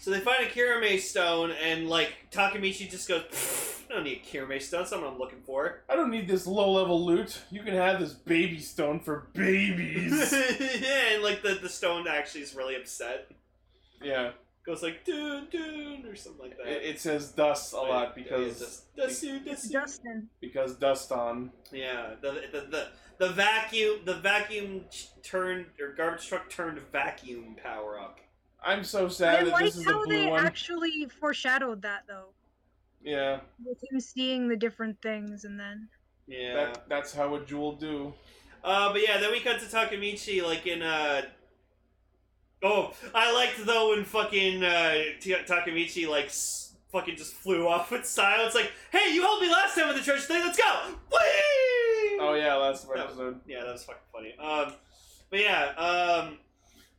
Speaker 6: so they find a Kirame stone and like Takamichi just goes "Pfft, I don't need a Kirame stone that's not what I'm looking for.
Speaker 2: I don't need this low level loot. You can have this baby stone for babies.
Speaker 6: yeah, and like the, the stone actually is really upset.
Speaker 2: yeah,
Speaker 6: Goes like dun dun or something like
Speaker 2: it,
Speaker 6: that.
Speaker 2: it says dust a lot
Speaker 6: Yeah,
Speaker 2: because
Speaker 6: just, "That's you, that's you."
Speaker 9: Justin.
Speaker 2: because dust on.
Speaker 6: yeah, the, the the the vacuum the vacuum ch- turned or garbage truck turned vacuum power up.
Speaker 2: I'm so
Speaker 9: I
Speaker 2: sad that
Speaker 9: like
Speaker 2: this is a
Speaker 9: how
Speaker 2: blue
Speaker 9: they
Speaker 2: one.
Speaker 9: actually foreshadowed that though,
Speaker 2: yeah,
Speaker 9: with him seeing the different things and then.
Speaker 6: Yeah.
Speaker 2: That, that's how a jewel do.
Speaker 6: Uh, but yeah, then we cut to Takamichi, like in uh. Oh, I liked though when fucking uh, T- Takamichi like s- fucking just flew off with style. It's like, hey, you helped me last time with the treasure thing. Let's go! Whee!
Speaker 2: Oh yeah, last
Speaker 6: That-
Speaker 2: episode.
Speaker 6: yeah, that was fucking funny. Um, But yeah, um,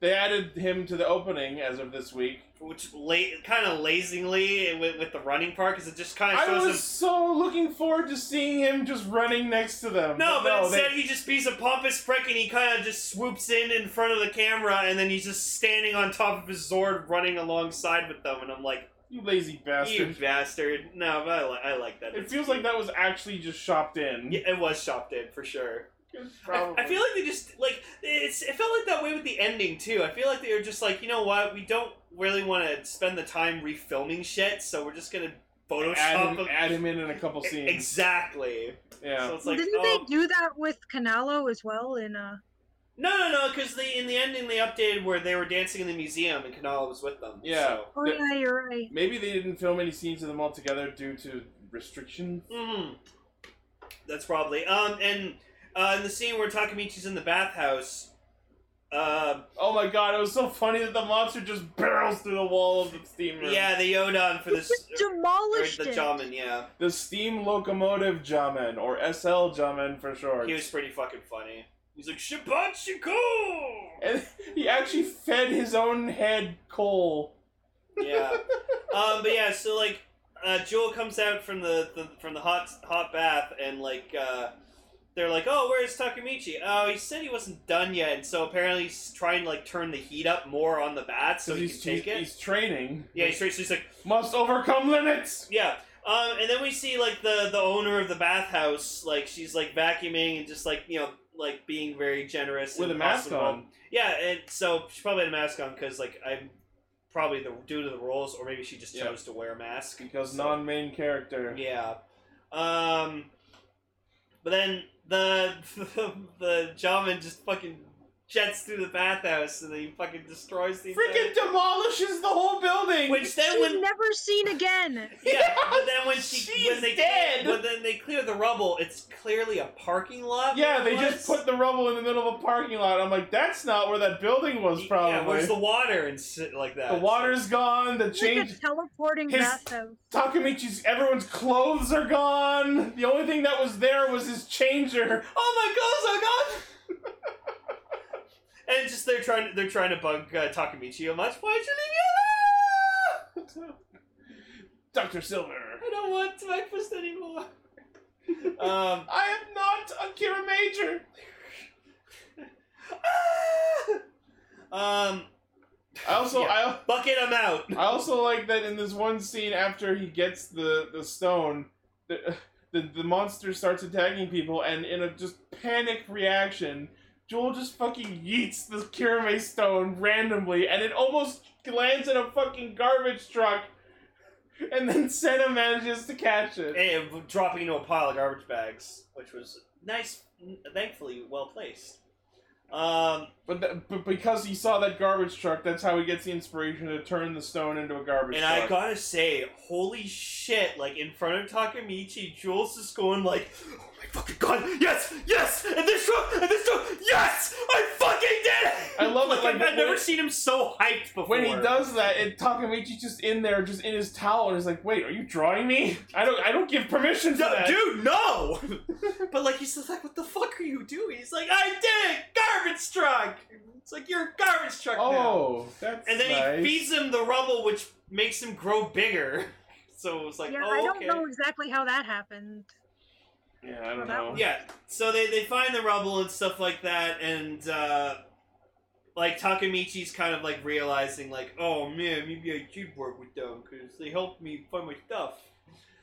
Speaker 2: They added him to the opening as of this week.
Speaker 6: which la- kind of lazingly with, with the running part because it just kind of
Speaker 2: I
Speaker 6: shows
Speaker 2: was so looking forward to seeing him just running next to them.
Speaker 6: him. No, but
Speaker 2: they-
Speaker 6: instead he just he's a pompous prick and he kind of just swoops in in front of the camera and then he's just standing on top of his Zord running alongside with them and I'm like,
Speaker 2: you lazy
Speaker 6: you
Speaker 2: bastard.
Speaker 6: bastard. No, but I, li- I like that.
Speaker 2: It
Speaker 6: It's
Speaker 2: feels
Speaker 6: cute.
Speaker 2: like that was actually just shopped in.
Speaker 6: Yeah, it was shopped in for sure. I,
Speaker 2: Probably.
Speaker 6: I feel like they just like it's. It felt like that way with the ending too. I feel like they were just like, you know what, we don't really want to spend the time refilming shit, so we're just gonna Photoshop
Speaker 2: add him,
Speaker 6: them. E,
Speaker 2: add him in in a couple scenes.
Speaker 6: Exactly.
Speaker 2: Yeah.
Speaker 6: So it's like,
Speaker 9: Didn't
Speaker 6: oh.
Speaker 9: they do that with Canalo as well? In uh,
Speaker 6: no, no, no, because they in the ending they updated where they were dancing in the museum and Kanala was with them.
Speaker 2: yeah.
Speaker 9: oh
Speaker 2: Th-
Speaker 9: yeah, you're right.
Speaker 2: Maybe they didn't film any scenes of them all together due to restrictions.
Speaker 6: Mm, that's probably um and uh, in the scene where Takamichi's in the bathhouse, uh,
Speaker 2: Oh my god, it was so funny that the monster just barrels through the wall of the steam room.
Speaker 6: yeah, the Yodan for
Speaker 9: They
Speaker 6: this.
Speaker 9: just
Speaker 6: Or
Speaker 9: demolished
Speaker 6: the
Speaker 9: it.
Speaker 6: shaman, yeah.
Speaker 2: The steam locomotive Jamin, or SL Jamin for short.
Speaker 6: He was pretty fucking funny. He's like, Shabbat Shakur!
Speaker 2: and he actually fed his own head coal.
Speaker 6: yeah. Um, but yeah, so like, uh, Joel comes out from the, the from the hot hot bath, and like, uh, they're like, "Oh, where's Takamichi? Oh, he said he wasn't done yet, and so apparently he's trying to like turn the heat up more on the bath so
Speaker 2: 'Cause
Speaker 6: he
Speaker 2: he's,
Speaker 6: can take
Speaker 2: he's,
Speaker 6: it."
Speaker 2: he's training.
Speaker 6: yeah, he's, straight- so he's like,
Speaker 2: Must overcome limits!
Speaker 6: yeah. Um, and then we see like the the owner of the bathhouse, like she's like vacuuming and just like you know like being very generous
Speaker 2: With
Speaker 6: and
Speaker 2: a mask
Speaker 6: hospitable.
Speaker 2: on.
Speaker 6: Yeah, and so she probably had a mask on because, like, I'm probably the due to the rules, or maybe she just
Speaker 2: Yeah.
Speaker 6: chose to wear a mask.
Speaker 2: Because
Speaker 6: So-
Speaker 2: non main character.
Speaker 6: Yeah. Um. But then the the, the shaman just fucking jets through the bathhouse and then he fucking destroys the
Speaker 2: Freaking demolishes the whole building!
Speaker 6: entire- Which then
Speaker 9: She's
Speaker 6: when
Speaker 9: never seen again.
Speaker 6: yeah, but then when she
Speaker 2: She's
Speaker 6: when they
Speaker 2: dead!
Speaker 6: when then they clear the rubble, it's clearly a parking lot.
Speaker 2: yeah,
Speaker 6: where
Speaker 2: they
Speaker 6: it
Speaker 2: just
Speaker 6: was.
Speaker 2: put the rubble in the middle of a parking lot. I'm like, that's not where that building was, probably.
Speaker 6: Yeah, where's the water and shit like that?
Speaker 2: The water's gone. The
Speaker 9: It's like
Speaker 2: change.
Speaker 9: a teleporting
Speaker 2: his-
Speaker 9: bathhouse.
Speaker 2: Takamichi's. Everyone's clothes are gone. The only thing that was there was his changer.
Speaker 6: Oh my god, so god! and just they're trying they're trying to bug uh, Takamichi a much. Why'd you leave me alone?
Speaker 2: Doctor Silver.
Speaker 6: I don't want to breakfast anymore. um,
Speaker 2: I am not Akira Major.
Speaker 6: um,
Speaker 2: I also,
Speaker 6: bucket, I'm out.
Speaker 2: I, I also like that in this one scene after he gets the the stone, the the, the monster starts attacking people, and in a just panic reaction. Joel just fucking yeets the Kirame stone randomly, and it almost lands in a fucking garbage truck, and then Senna manages to catch it.
Speaker 6: Eh, dropping into a pile of garbage bags, which was nice, thankfully well placed. Um,
Speaker 2: But, th- but because he saw that garbage truck, that's how he gets the inspiration to turn the stone into a garbage
Speaker 6: And
Speaker 2: truck.
Speaker 6: I gotta say, holy shit, like in front of Takamichi, Jules is going like, oh my fucking god, yes, yes, and this truck, and this truck, yes, I fucking did it!
Speaker 2: I love it,
Speaker 6: Like,
Speaker 2: like,
Speaker 6: I've never
Speaker 2: when-
Speaker 6: seen him so hyped before.
Speaker 2: when he does that, and Takamichi's just in there, just in his towel, and he's like, "Wait, are you drawing me? I don't, I don't give permission to
Speaker 6: No,
Speaker 2: that."
Speaker 6: dude, no! but like, he's just like, what the fuck are you doing? He's like, I did it, garbage truck! It's like, you're a garbage truck now.
Speaker 2: oh, that's
Speaker 6: And then
Speaker 2: nice.
Speaker 6: he feeds him the rubble, which makes him grow bigger. So it was like,
Speaker 9: yeah,
Speaker 6: oh,
Speaker 9: I don't
Speaker 6: okay.
Speaker 9: know exactly how that happened.
Speaker 2: Yeah, I don't
Speaker 9: Well, that
Speaker 2: know.
Speaker 6: Yeah, so they, they find the rubble and stuff like that, and uh, like Takamichi's kind of like realizing, like, oh man, maybe I should work with them because they helped me find my stuff.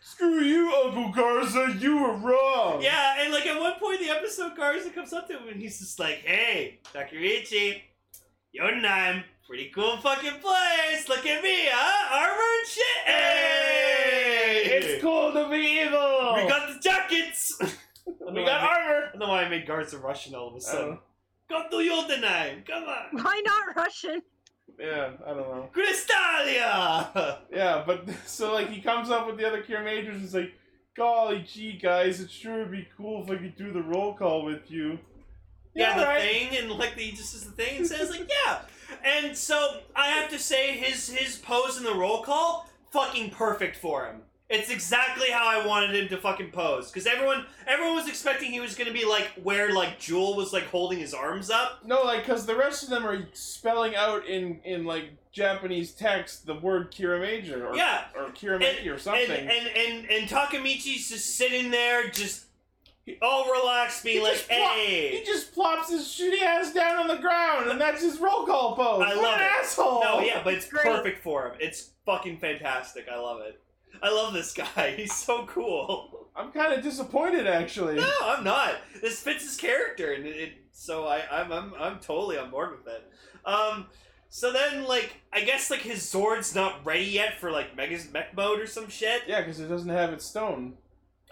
Speaker 2: Screw you, Uncle Garza. You were wrong.
Speaker 6: Yeah, and like at one point in the episode, Garza comes up to him and he's just like, hey, Takamichi, Yodenheim, pretty cool fucking place. Look at me, huh? Armor and shit. Hey!
Speaker 2: It's cool to be evil.
Speaker 6: We got the jackets.
Speaker 2: we got armor. Oh.
Speaker 6: I don't know why I made Garza Russian all of a
Speaker 2: I
Speaker 6: sudden.
Speaker 2: don't-
Speaker 6: Go to Jotunheim, come on!
Speaker 9: Why not Russian?
Speaker 2: yeah, I don't know.
Speaker 6: Cristalia!
Speaker 2: Yeah, but so like he comes up with the other cure majors and is like, "Golly gee, guys, it sure would be cool if I could do the roll call with you."
Speaker 6: Yeah, the
Speaker 2: right.
Speaker 6: thing, and like the, he just does the thing and says, like, yeah! And so, I have to say, his his pose in the roll call, fucking perfect for him. It's exactly how I wanted him to fucking pose. Because everyone, everyone was expecting he was gonna be like where like Jewel was like holding his arms up.
Speaker 2: No, like, because the rest of them are spelling out in, in like, Japanese text the word Kiramaja or,
Speaker 6: Yeah.
Speaker 2: or Kiramaki or something.
Speaker 6: And and and and Takamichi's just sitting there, just all relaxed, being like,
Speaker 2: just plop-
Speaker 6: "Hey."
Speaker 2: he just plops his shitty ass down on the ground, and that's his roll call pose.
Speaker 6: I
Speaker 2: what
Speaker 6: love
Speaker 2: an
Speaker 6: it.
Speaker 2: asshole!
Speaker 6: no, yeah, but it's
Speaker 9: Great.
Speaker 6: perfect for him. It's fucking fantastic. I love it. I love this guy. He's so cool.
Speaker 2: I'm kind of disappointed actually.
Speaker 6: No, I'm not. This fits his character, and it, it, so I, I'm, I'm, I'm totally on board with it. Um, so then, like, I guess like his Zord's not ready yet for like Mega's mech mode or some shit.
Speaker 2: Yeah, because it doesn't have its stone.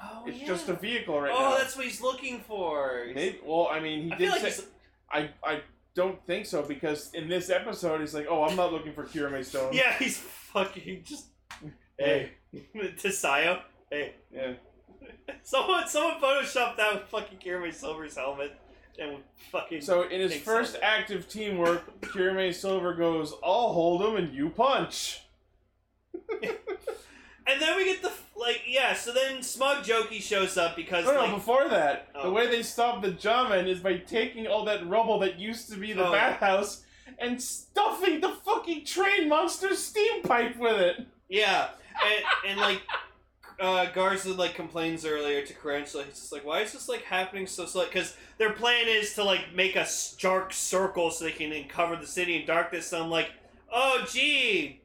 Speaker 6: Oh,
Speaker 2: it's
Speaker 6: yeah.
Speaker 2: just a vehicle right
Speaker 6: oh,
Speaker 2: now.
Speaker 6: that's what he's looking for. He's-
Speaker 2: Maybe, well, I mean, he
Speaker 6: I
Speaker 2: did
Speaker 6: feel like
Speaker 2: say.
Speaker 6: he's.
Speaker 2: I I don't think so because in this episode he's like, oh, I'm not looking for Kirame stone.
Speaker 6: Yeah, he's fucking just. Hey, to Sayo. Hey,
Speaker 2: Yeah.
Speaker 6: Someone, someone photoshopped that with fucking Kirame Silver's helmet and fucking.
Speaker 2: So in his
Speaker 6: Thanks,
Speaker 2: first
Speaker 6: Silver.
Speaker 2: act of teamwork, Kirame Silver goes, I'll hold him and you punch.
Speaker 6: and then we get the f- like, yeah. So then Smug Jokey shows up because
Speaker 2: Oh, No, no,
Speaker 6: like,
Speaker 2: before that, the
Speaker 6: Oh.
Speaker 2: way they stop the Jaman is by taking all that rubble that used to be the
Speaker 6: Oh.
Speaker 2: bathhouse and stuffing the fucking train monster's steam pipe with it.
Speaker 6: yeah, and, and like. Uh, Garza like complains earlier to Carantula. He's just like, "Why is this like happening so slow?" Because their plan is to like make a s- dark circle so they can uncover the city in darkness. So I'm like, "Oh, gee,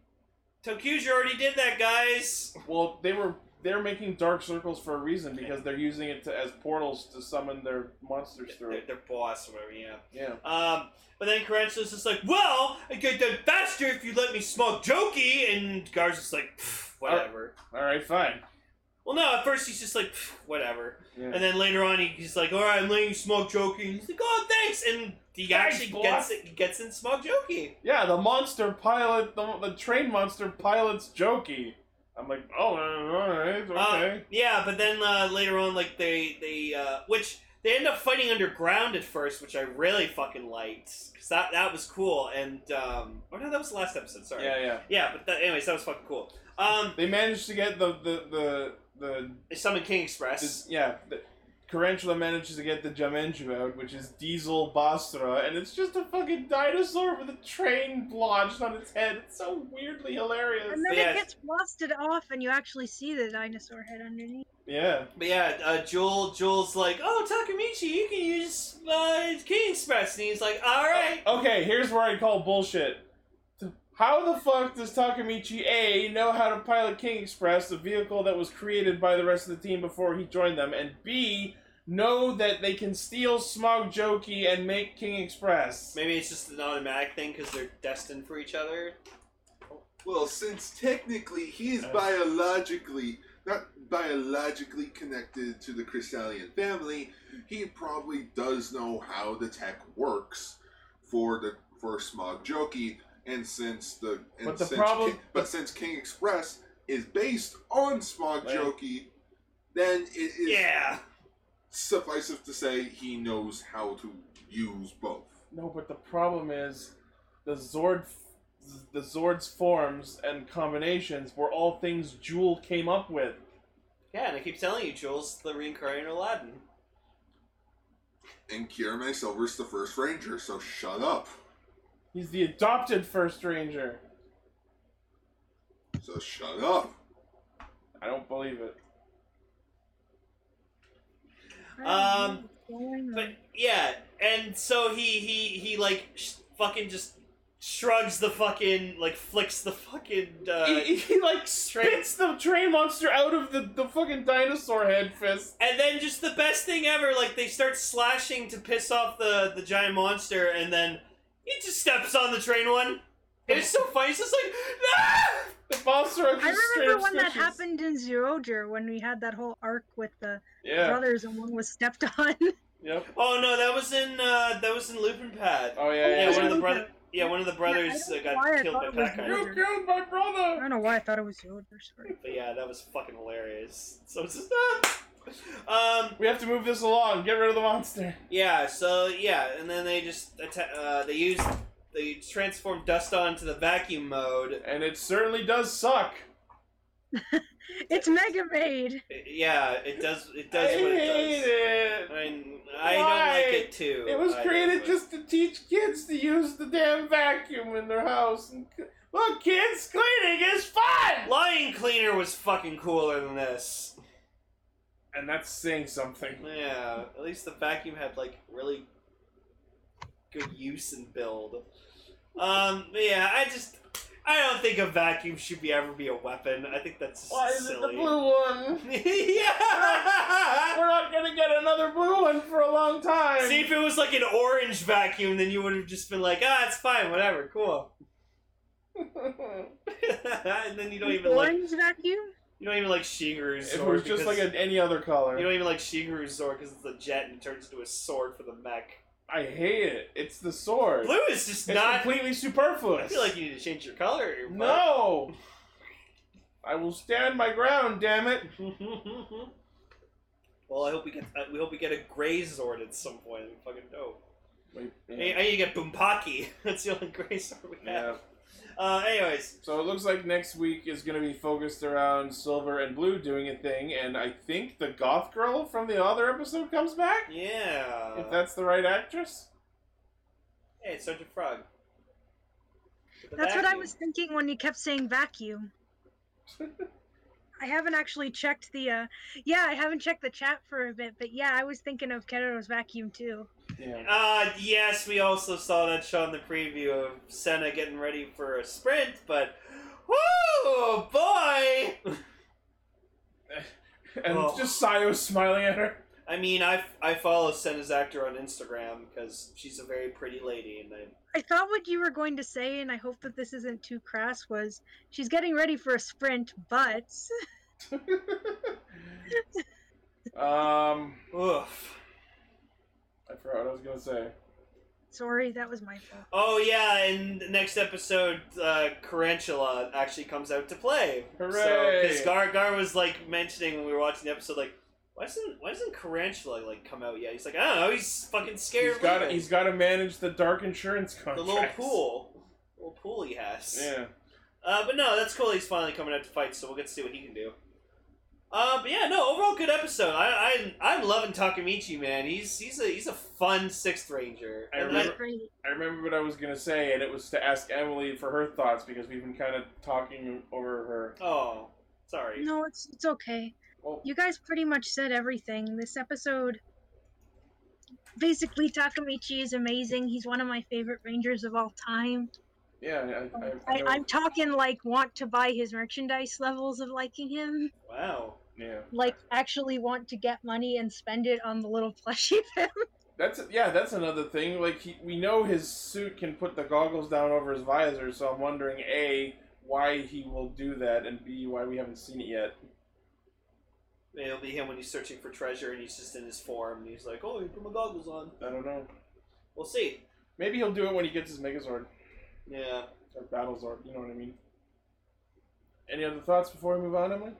Speaker 6: Tokuja already did that, guys."
Speaker 2: Well, they were they're making dark circles for a reason because they're using it to, as portals to summon their monsters through
Speaker 6: Their,
Speaker 2: it.
Speaker 6: their boss, or whatever. Yeah.
Speaker 2: Yeah.
Speaker 6: Um, but then Carantula's just like, well, I get done faster if you let me smoke Jokey, and Garza's like, "Pff, whatever.
Speaker 2: All right, fine.
Speaker 6: well, no, at first he's just like, "Pff, whatever,
Speaker 2: Yeah.
Speaker 6: and then later on he- he's like, all right, I'm letting you smoke Jokey. And he's like, oh, thanks, and he
Speaker 2: Thanks,
Speaker 6: actually
Speaker 2: boss.
Speaker 6: gets it, gets in smoke Jokey.
Speaker 2: Yeah, the monster pilot, the, the train monster pilot's jokey. I'm like, oh, all right, okay.
Speaker 6: Yeah, but then uh, later on, like they they uh, which they end up fighting underground at first, which I really fucking liked because that that was cool. And um, oh no, that was the last episode. Sorry.
Speaker 2: yeah, yeah.
Speaker 6: Yeah, but that, anyways, that was fucking cool. Um,
Speaker 2: They managed to get the the the the,
Speaker 6: they summoned King
Speaker 2: the
Speaker 6: Express.
Speaker 2: yeah. The, Carantula manages to get the Jamenju out, which is Diesel Bastra, and it's just a fucking dinosaur with a train lodged on its head. It's so weirdly hilarious.
Speaker 9: And then
Speaker 6: Yeah.
Speaker 9: it gets blasted off, and you actually see the dinosaur head underneath.
Speaker 2: Yeah.
Speaker 6: But yeah, uh, Jewel, Jewel's like, oh, Takamichi, you can use uh, King Express. And he's like, all right.
Speaker 2: Okay, here's where I call bullshit. How the fuck does Takamichi A know how to pilot King Express, the vehicle that was created by the rest of the team before he joined them, and B know that they can steal Smog Jokey and make King Express?
Speaker 6: Maybe it's just an automatic thing because they're destined for each other.
Speaker 1: Well, since technically he is biologically not biologically connected to the Crystallian family, he probably does know how the tech works for the for Smog Jokey. And since the and
Speaker 2: But the
Speaker 1: since
Speaker 2: problem-
Speaker 1: Ki- but since King Express is based on Smog
Speaker 2: Right.
Speaker 1: Jokey, then it is
Speaker 6: Yeah.
Speaker 1: suffice it to say he knows how to use both.
Speaker 2: No, but the problem is the Zord, the Zord's forms and combinations were all things Jewel came up with.
Speaker 6: Yeah, and I keep telling you, Jewel's the reincarnated Aladdin.
Speaker 1: And Kirame Silver's the first ranger, so shut up.
Speaker 2: He's the adopted First Ranger.
Speaker 1: So shut up.
Speaker 2: I don't believe it.
Speaker 6: Um,
Speaker 9: Going
Speaker 6: But yeah, and so he he he like sh- fucking just shrugs the fucking like flicks the fucking uh,
Speaker 2: he, he, he, like
Speaker 6: train-
Speaker 2: spits the train monster out of the, the fucking dinosaur head fist.
Speaker 6: And then just the best thing ever, like they start slashing to piss off the the giant monster, and then he just steps on the train one. And it's so funny. It's just like, "Ah!"
Speaker 2: The monster just
Speaker 9: I
Speaker 2: straight
Speaker 9: remember
Speaker 2: up
Speaker 9: when that
Speaker 2: squishes.
Speaker 9: happened in Zero Ger when we had that whole arc with the
Speaker 2: Yeah.
Speaker 9: brothers and one was stepped on.
Speaker 2: Yep.
Speaker 6: oh no, that was in uh, that was in Lupin Pad.
Speaker 2: Oh yeah. yeah,
Speaker 6: yeah, one of
Speaker 2: yeah.
Speaker 6: the brother. Yeah, one of the brothers
Speaker 9: Yeah,
Speaker 6: uh,
Speaker 9: I don't know why
Speaker 6: got
Speaker 9: I
Speaker 6: killed
Speaker 9: thought
Speaker 6: by
Speaker 9: it was
Speaker 6: Pac-Man.
Speaker 9: Luke.
Speaker 2: You killed my
Speaker 9: I
Speaker 2: brother.
Speaker 9: don't know why I thought it was Zero Ger. Sorry.
Speaker 6: But yeah, that was fucking hilarious. So it's just. "Ah!" Um.
Speaker 2: We have to move this along. Get rid of the monster.
Speaker 6: Yeah. So yeah, and then they just atta- uh, they use they transform Dust onto the vacuum mode,
Speaker 2: And it certainly does suck.
Speaker 9: It's Mega Maid.
Speaker 6: Yeah, it does. It
Speaker 2: I
Speaker 6: does what it
Speaker 2: hate
Speaker 6: does.
Speaker 2: it.
Speaker 6: I,
Speaker 2: Why?
Speaker 6: I don't like it too.
Speaker 2: It was
Speaker 6: I don't
Speaker 2: created
Speaker 6: like-
Speaker 2: just to teach kids to use the damn vacuum in their house. And, c- look, kids, cleaning is fun!
Speaker 6: Lion Cleaner was fucking cooler than this.
Speaker 2: And that's saying something.
Speaker 6: Yeah, at least the vacuum had like really good use and build. Um, but yeah, I just I don't think a vacuum should be ever be a weapon. I think that's
Speaker 2: Why is it the
Speaker 6: silly.
Speaker 2: blue one?
Speaker 6: yeah.
Speaker 2: We're not gonna get another blue one for a long time.
Speaker 6: See if it was like an orange vacuum, then you would have just been like, ah, it's fine, whatever, cool. and then you don't even like
Speaker 9: Orange vacuum?
Speaker 6: you don't even like Shigeru's
Speaker 2: if it
Speaker 6: sword.
Speaker 2: was just
Speaker 6: because
Speaker 2: like a, any other color.
Speaker 6: you don't even like Shigeru's sword because it's a jet and it turns into a sword for the mech.
Speaker 2: I hate it. It's the sword.
Speaker 6: Blue is just
Speaker 2: it's
Speaker 6: not.
Speaker 2: completely
Speaker 6: I
Speaker 2: superfluous.
Speaker 6: feel like you need to change your color. Your
Speaker 2: no. I will stand my ground. Damn it.
Speaker 6: butt. well, I hope we get uh, we hope we get a gray Zord at some point. That'd be fucking dope. I, I need to get Boompaki. That's the only gray Zord we
Speaker 2: Yeah.
Speaker 6: have. Uh, anyways,
Speaker 2: So it looks like next week is going to be focused around Silver and Blue doing a thing, and I think the goth girl from the other episode comes back.
Speaker 6: yeah.
Speaker 2: if that's the right actress.
Speaker 6: Hey, it's Sergeant Frog. With the
Speaker 9: That's what I
Speaker 6: vacuum.
Speaker 9: was thinking when you kept saying vacuum. I haven't actually checked the uh yeah, I haven't checked the chat for a bit, but yeah, I was thinking of Kennedo's vacuum too.
Speaker 2: Yeah.
Speaker 6: Uh, yes, we also saw that show in the preview of Senna getting ready for a sprint, but. Woo! Boy!
Speaker 2: And
Speaker 6: Oh.
Speaker 2: just Sayo smiling at her.
Speaker 6: I mean, I, I follow Senna's actor on Instagram because she's a very pretty lady, and I,
Speaker 9: I thought what you were going to say, and I hope that this isn't too crass, was she's getting ready for a sprint, but
Speaker 2: um,
Speaker 6: oof.
Speaker 2: I forgot what I was gonna say.
Speaker 9: sorry, that was my fault.
Speaker 6: Oh yeah, and the next episode, uh, Carantula actually comes out to play.
Speaker 2: Hooray.
Speaker 6: Because Gar Gar was like mentioning when we were watching the episode, like, why doesn't why doesn't Carantula like come out yet? He's like, I don't know, he's fucking scared.
Speaker 2: He's got to
Speaker 6: leaving."
Speaker 2: he's got to manage the dark insurance contract.
Speaker 6: the little pool, little pool he has.
Speaker 2: Yeah.
Speaker 6: Uh, but no, that's cool. He's finally coming out to fight, so we'll get to see what he can do. Uh, but yeah, no, overall good episode. I, I I'm loving Takamichi, man. He's he's a he's a fun sixth ranger.
Speaker 2: I
Speaker 6: And
Speaker 9: That's
Speaker 2: remember-
Speaker 9: great.
Speaker 2: I remember what I was gonna say, and it was to ask Emily for her thoughts because we've been kind of talking over her.
Speaker 6: oh, sorry.
Speaker 9: No, it's it's okay.
Speaker 2: Well,
Speaker 9: You guys pretty much said everything. This episode basically Takamichi is amazing. He's one of my favorite rangers of all time.
Speaker 2: yeah, I, I, I,
Speaker 9: I,
Speaker 2: know-
Speaker 9: I'm talking like want to buy his merchandise levels of liking him.
Speaker 6: Wow.
Speaker 2: yeah.
Speaker 9: Like actually want to get money and spend it on the little plushie of him.
Speaker 2: That's yeah, that's another thing. Like he, we know his suit can put the goggles down over his visor, so I'm wondering a why he will do that, and b why we haven't seen it yet.
Speaker 6: It'll be him when he's searching for treasure, and he's just in his form, and he's like, "Oh, you put my goggles on."
Speaker 2: I don't know.
Speaker 6: We'll see.
Speaker 2: Maybe he'll do it when he gets his Megazord
Speaker 6: Yeah.
Speaker 2: or Battlezord. You know what I mean. Any other thoughts before we move on, Emily?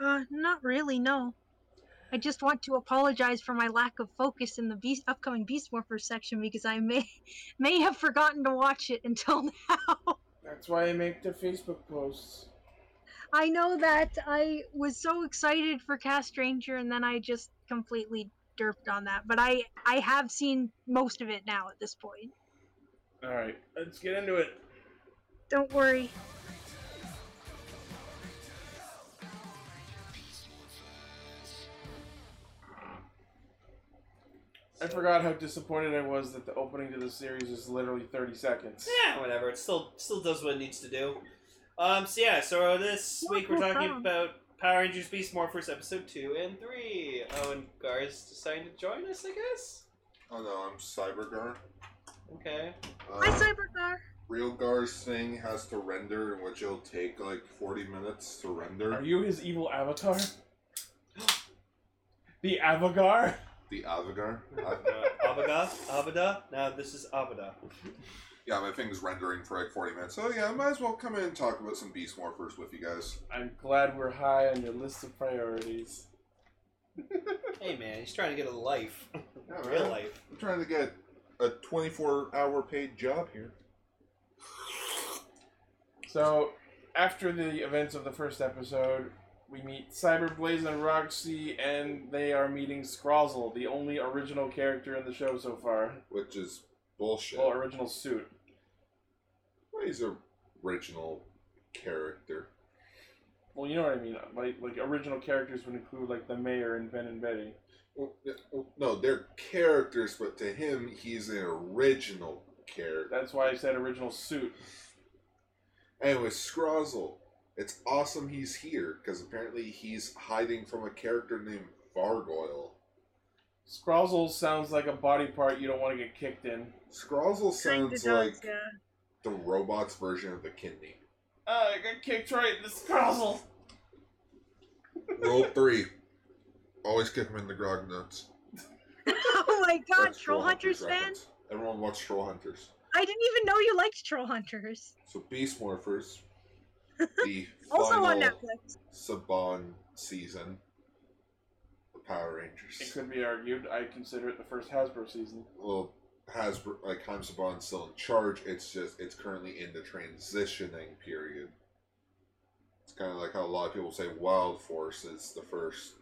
Speaker 9: Uh, not really, no. I just want to apologize for my lack of focus in the beast, upcoming Beast Morphers section because I may may have forgotten to watch it until now.
Speaker 2: That's why I make the Facebook posts.
Speaker 9: I know that I was so excited for Cast Ranger and then I just completely derped on that. But I I have seen most of it now at this point.
Speaker 2: All right, let's get into it.
Speaker 9: Don't worry.
Speaker 2: I forgot how disappointed I was that the opening to the series is literally 30 seconds.
Speaker 6: Yeah, whatever. It still still does what it needs to do. Um, so yeah, so this
Speaker 9: Yeah,
Speaker 6: week we're
Speaker 9: no
Speaker 6: talking
Speaker 9: problem.
Speaker 6: about Power Rangers Beast Morphers episode two and three. Oh, and Gar's deciding to join us, I guess.
Speaker 1: Oh no, I'm Cybergar.
Speaker 6: Okay.
Speaker 9: Hi,
Speaker 1: Uh,
Speaker 9: Cybercar.
Speaker 1: Real Gar's thing has to render, in which it'll take like 40 minutes to
Speaker 2: Are
Speaker 1: render.
Speaker 2: you his evil avatar? The Avagar?
Speaker 1: The Avagar. I-
Speaker 6: Uh, Abada, Abada. Now this is Abada.
Speaker 1: yeah, my thing's rendering for like 40 minutes. So yeah, I might as well come in and talk about some Beast Morphers with you guys.
Speaker 2: I'm glad we're high on your list of priorities.
Speaker 6: Hey man, he's trying to get a life,
Speaker 1: Yeah,
Speaker 6: real
Speaker 1: man.
Speaker 6: life.
Speaker 1: I'm trying to get a 24 hour paid job here.
Speaker 2: So, after the events of the first episode, we meet Cyberblaze and Roxy, and they are meeting Scrozzle, the only original character in the show so far.
Speaker 1: which is bullshit.
Speaker 2: Well, original suit.
Speaker 1: Well, He's a original character.
Speaker 2: Well, you know what I mean. Like, like original characters would include like the mayor and Ben and Betty.
Speaker 1: Well, yeah, well, no, they're characters, but to him, he's an original character.
Speaker 2: That's why I said original suit.
Speaker 1: Anyway, Scrozzle. It's awesome he's here because apparently he's hiding from a character named Vargoyle.
Speaker 2: Scrozzle sounds like a body part you don't want to get kicked in.
Speaker 1: Scrozzle
Speaker 9: Kinda
Speaker 1: sounds
Speaker 9: does,
Speaker 1: like
Speaker 9: yeah.
Speaker 1: the robot's version of the kidney.
Speaker 2: Uh, I got kicked right in the Scrozzle.
Speaker 1: Rule three: always kick him in the grog nuts.
Speaker 9: oh my god,
Speaker 1: That's
Speaker 9: Troll Hunters fan?
Speaker 1: reference. Everyone watch Troll Hunters.
Speaker 9: I didn't even know you liked Troll Hunters.
Speaker 1: So Beast Morphers, the
Speaker 9: Also on
Speaker 1: final
Speaker 9: Netflix.
Speaker 1: Saban season, the Power
Speaker 2: It
Speaker 1: Rangers.
Speaker 2: could be argued. I consider it the first Hasbro season.
Speaker 1: Well, Hasbro, like Haim Saban's still in charge. It's just it's currently in the transitioning period. It's kind of like how a lot of people say Wild Force is the first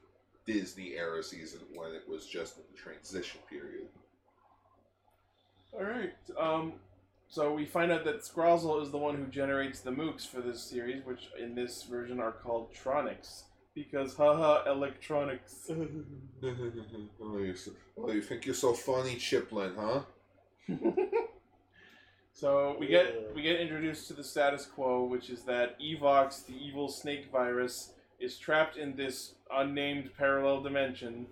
Speaker 1: Disney era season when it was just in the transition period.
Speaker 2: All right. Um, so we find out that Scrozzle is the one who generates the mooks for this series, which in this version are called Tronics because haha electronics.
Speaker 1: oh, you, s- oh, you think you're so funny, Chiplin, huh?
Speaker 2: so we get we get introduced to the status quo, which is that Evox, the evil snake virus, is trapped in this unnamed parallel dimension,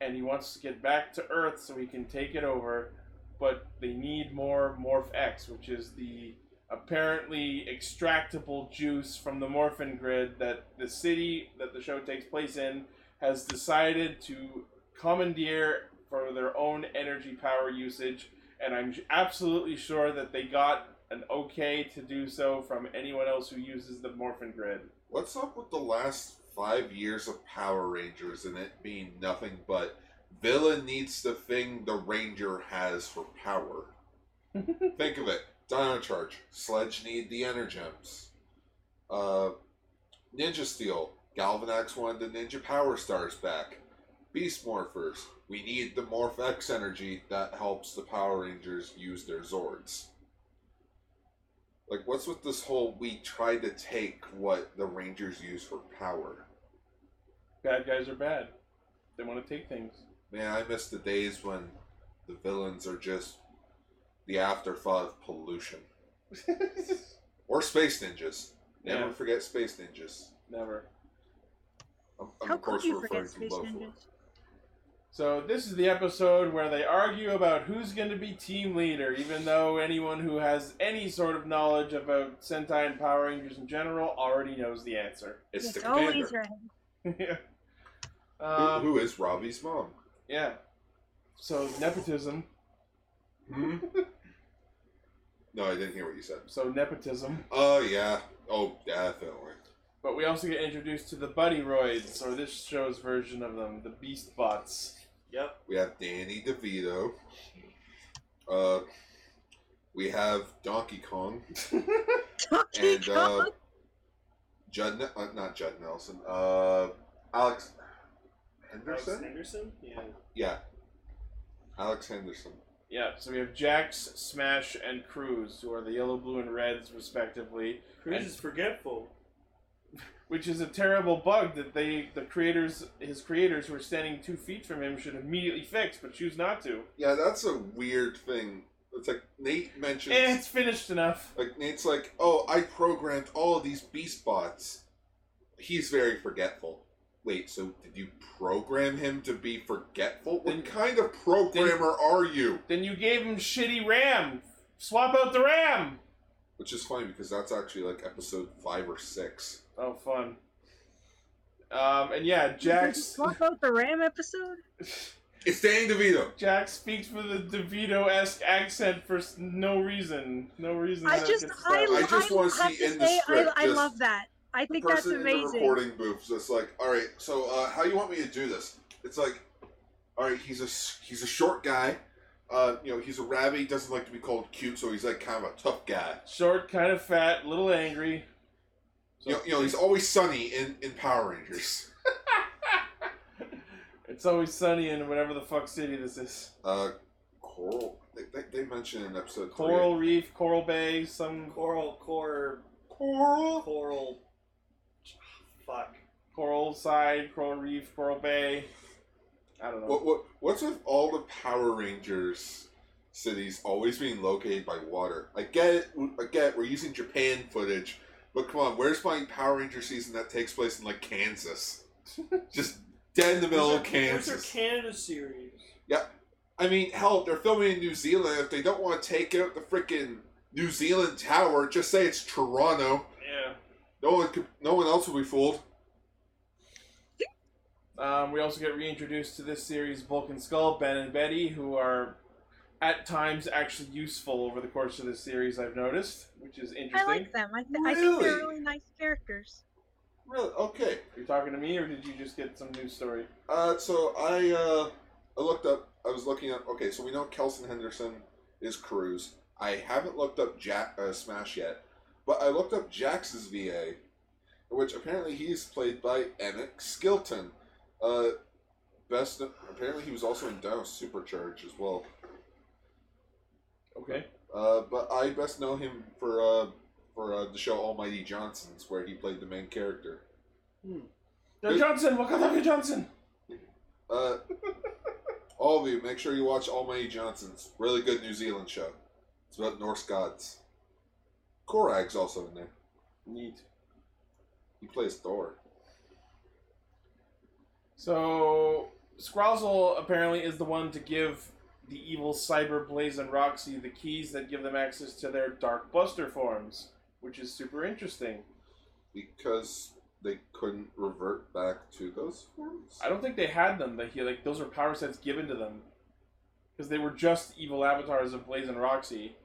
Speaker 2: and he wants to get back to Earth so he can take it over. But they need more Morph X, which is the apparently extractable juice from the morphin grid that the city that the show takes place in has decided to commandeer for their own energy power usage and i'm absolutely sure that they got an okay to do so from anyone else who uses the morphin grid
Speaker 1: What's up with the last five years of Power Rangers and it being nothing but villain needs the thing the Ranger has for power? Think of it. Dino Charge. Sledge need the Energems. Uh, Ninja Steel. Galvanax wanted the Ninja Power Stars back. Beast Morphers. We need the Morph X energy that helps the Power Rangers use their Zords. Like, what's with this whole we try to take what the Rangers use for power?
Speaker 2: bad guys are bad they want to take things
Speaker 1: Man, I miss the days when the villains are just the afterthought of pollution. Or space ninjas. Never
Speaker 2: Yeah.
Speaker 1: forget space ninjas.
Speaker 2: never
Speaker 1: I'm, I'm
Speaker 9: How
Speaker 1: of course
Speaker 9: could you
Speaker 1: referring
Speaker 9: forget
Speaker 1: to
Speaker 9: Space
Speaker 1: Lofor.
Speaker 9: Ninja?
Speaker 2: So this is the episode where they argue about who's going to be team leader, even though anyone who has any sort of knowledge about Sentai and Power Rangers in general already knows the answer.
Speaker 1: It's, the
Speaker 9: It's always
Speaker 1: commander.
Speaker 9: right.
Speaker 2: yeah.
Speaker 1: Who-
Speaker 2: Um,
Speaker 1: who is Robbie's mom?
Speaker 2: yeah. So nepotism.
Speaker 1: Hmm? no, I didn't hear what you said.
Speaker 2: So nepotism.
Speaker 1: Oh, yeah. Oh, definitely.
Speaker 2: But we also get introduced to the Buddy Roids, or this show's version of them, the Beast Bots.
Speaker 6: Yep.
Speaker 1: We have Danny DeVito. Uh, we have Donkey Kong
Speaker 9: Donkey
Speaker 1: and
Speaker 9: Kong.
Speaker 1: uh, Judd, Ne- uh, not Judd Nelson. Uh, Alex
Speaker 6: Alex
Speaker 1: Henderson.
Speaker 6: Henderson? Yeah.
Speaker 1: Yeah, Alex Henderson.
Speaker 2: Yeah, so we have Jax, Smash, and Cruz, who are the yellow, blue, and reds, respectively.
Speaker 6: Cruz is forgetful.
Speaker 2: which is a terrible bug that they the creators his creators who were standing two feet from him should immediately fix but choose not to
Speaker 1: Yeah, that's a weird thing. It's like Nate mentions.
Speaker 2: Eh, it's finished enough
Speaker 1: Like Nate's like, oh, I programmed all of these beast bots. He's very forgetful. Wait, so did you program him to be forgetful? What
Speaker 2: Didn't-
Speaker 1: kind of programmer are you?
Speaker 2: then you gave him shitty ram swap out the ram
Speaker 1: Which is funny because that's actually like episode five or six.
Speaker 2: oh fun um, and yeah
Speaker 9: Did you
Speaker 2: jax
Speaker 9: swap out the Ram episode?
Speaker 1: It's Danny DeVito.
Speaker 2: jack speaks with a devito-esque accent for s- no reason no reason
Speaker 9: I
Speaker 2: that
Speaker 9: just,
Speaker 2: gets
Speaker 9: I,
Speaker 1: I
Speaker 2: that.
Speaker 1: just
Speaker 9: I
Speaker 1: wanna
Speaker 9: have
Speaker 1: see
Speaker 9: to
Speaker 1: in the
Speaker 9: say,
Speaker 1: script,
Speaker 9: I, I
Speaker 1: just
Speaker 9: love that. I think that's
Speaker 1: in the
Speaker 9: amazing.
Speaker 1: recording booth just like, all right, so uh, how you want me to do this? It's like, all right, he's a s- he's a short guy. Uh, you know, he's a rabbit. He doesn't like to be called cute, so he's like kind of a tough guy.
Speaker 2: short kind of fat little angry
Speaker 1: You know, you know, he's always sunny in, in Power Rangers.
Speaker 2: It's always sunny in whatever the fuck city this is.
Speaker 1: Uh, Coral. They, they, they mentioned in episode three-
Speaker 2: Coral Reef, Coral Bay, some
Speaker 6: Coral core.
Speaker 2: coral,
Speaker 6: Coral. Ah, Fuck.
Speaker 2: coral side, coral reef, coral bay. I don't know.
Speaker 1: What, what what's with all the Power Rangers cities always being located by water? I get it. I get it, we're using Japan footage, but come on, where's my Power Ranger season that takes place in like Kansas? Just dead in the middle of
Speaker 6: Where's their
Speaker 1: Kansas.
Speaker 6: Canada series?
Speaker 1: I mean, hell, they're filming in New Zealand. If they don't want to take out the freaking New Zealand tower, just say it's Toronto.
Speaker 2: yeah.
Speaker 1: No one could, no one else will be fooled.
Speaker 2: Um, we also get reintroduced to this series Vulcan Skull, Ben and Betty, who are at times actually useful over the course of this series. I've noticed, which is
Speaker 9: I
Speaker 2: interesting.
Speaker 9: like them. I, th- I think they're
Speaker 1: Really?
Speaker 9: really nice characters.
Speaker 1: Really? Okay.
Speaker 2: Are you talking to me, or did you just get some news story?
Speaker 1: Uh, so I uh, I looked up. I was looking up. Okay, so we know Kelson Henderson is Cruz. I haven't looked up Jack uh, Smash yet, but I looked up Jax's VA, which apparently he's played by Emmett Skilton. Uh, best apparently he was also in Down Supercharge as well.
Speaker 2: Okay.
Speaker 1: Uh, but I best know him for uh, for uh, the show Almighty Johnsons, where he played the main character.
Speaker 2: No, Johnson, Wakadaka Johnson.
Speaker 1: Uh, all of you, make sure you watch Almighty Johnson's really good New Zealand show. It's about Norse gods. Korag's also in there.
Speaker 2: Neat.
Speaker 1: He plays Thor.
Speaker 2: So Scrozzle apparently is the one to give the evil Cyber Blaze and Roxy the keys that give them access to their Dark Buster forms, which is super interesting.
Speaker 1: Because they couldn't revert back to those forms?
Speaker 2: I don't think they had them. Like, he, like those were power sets given to them, because they were just evil avatars of Blaze and Roxy.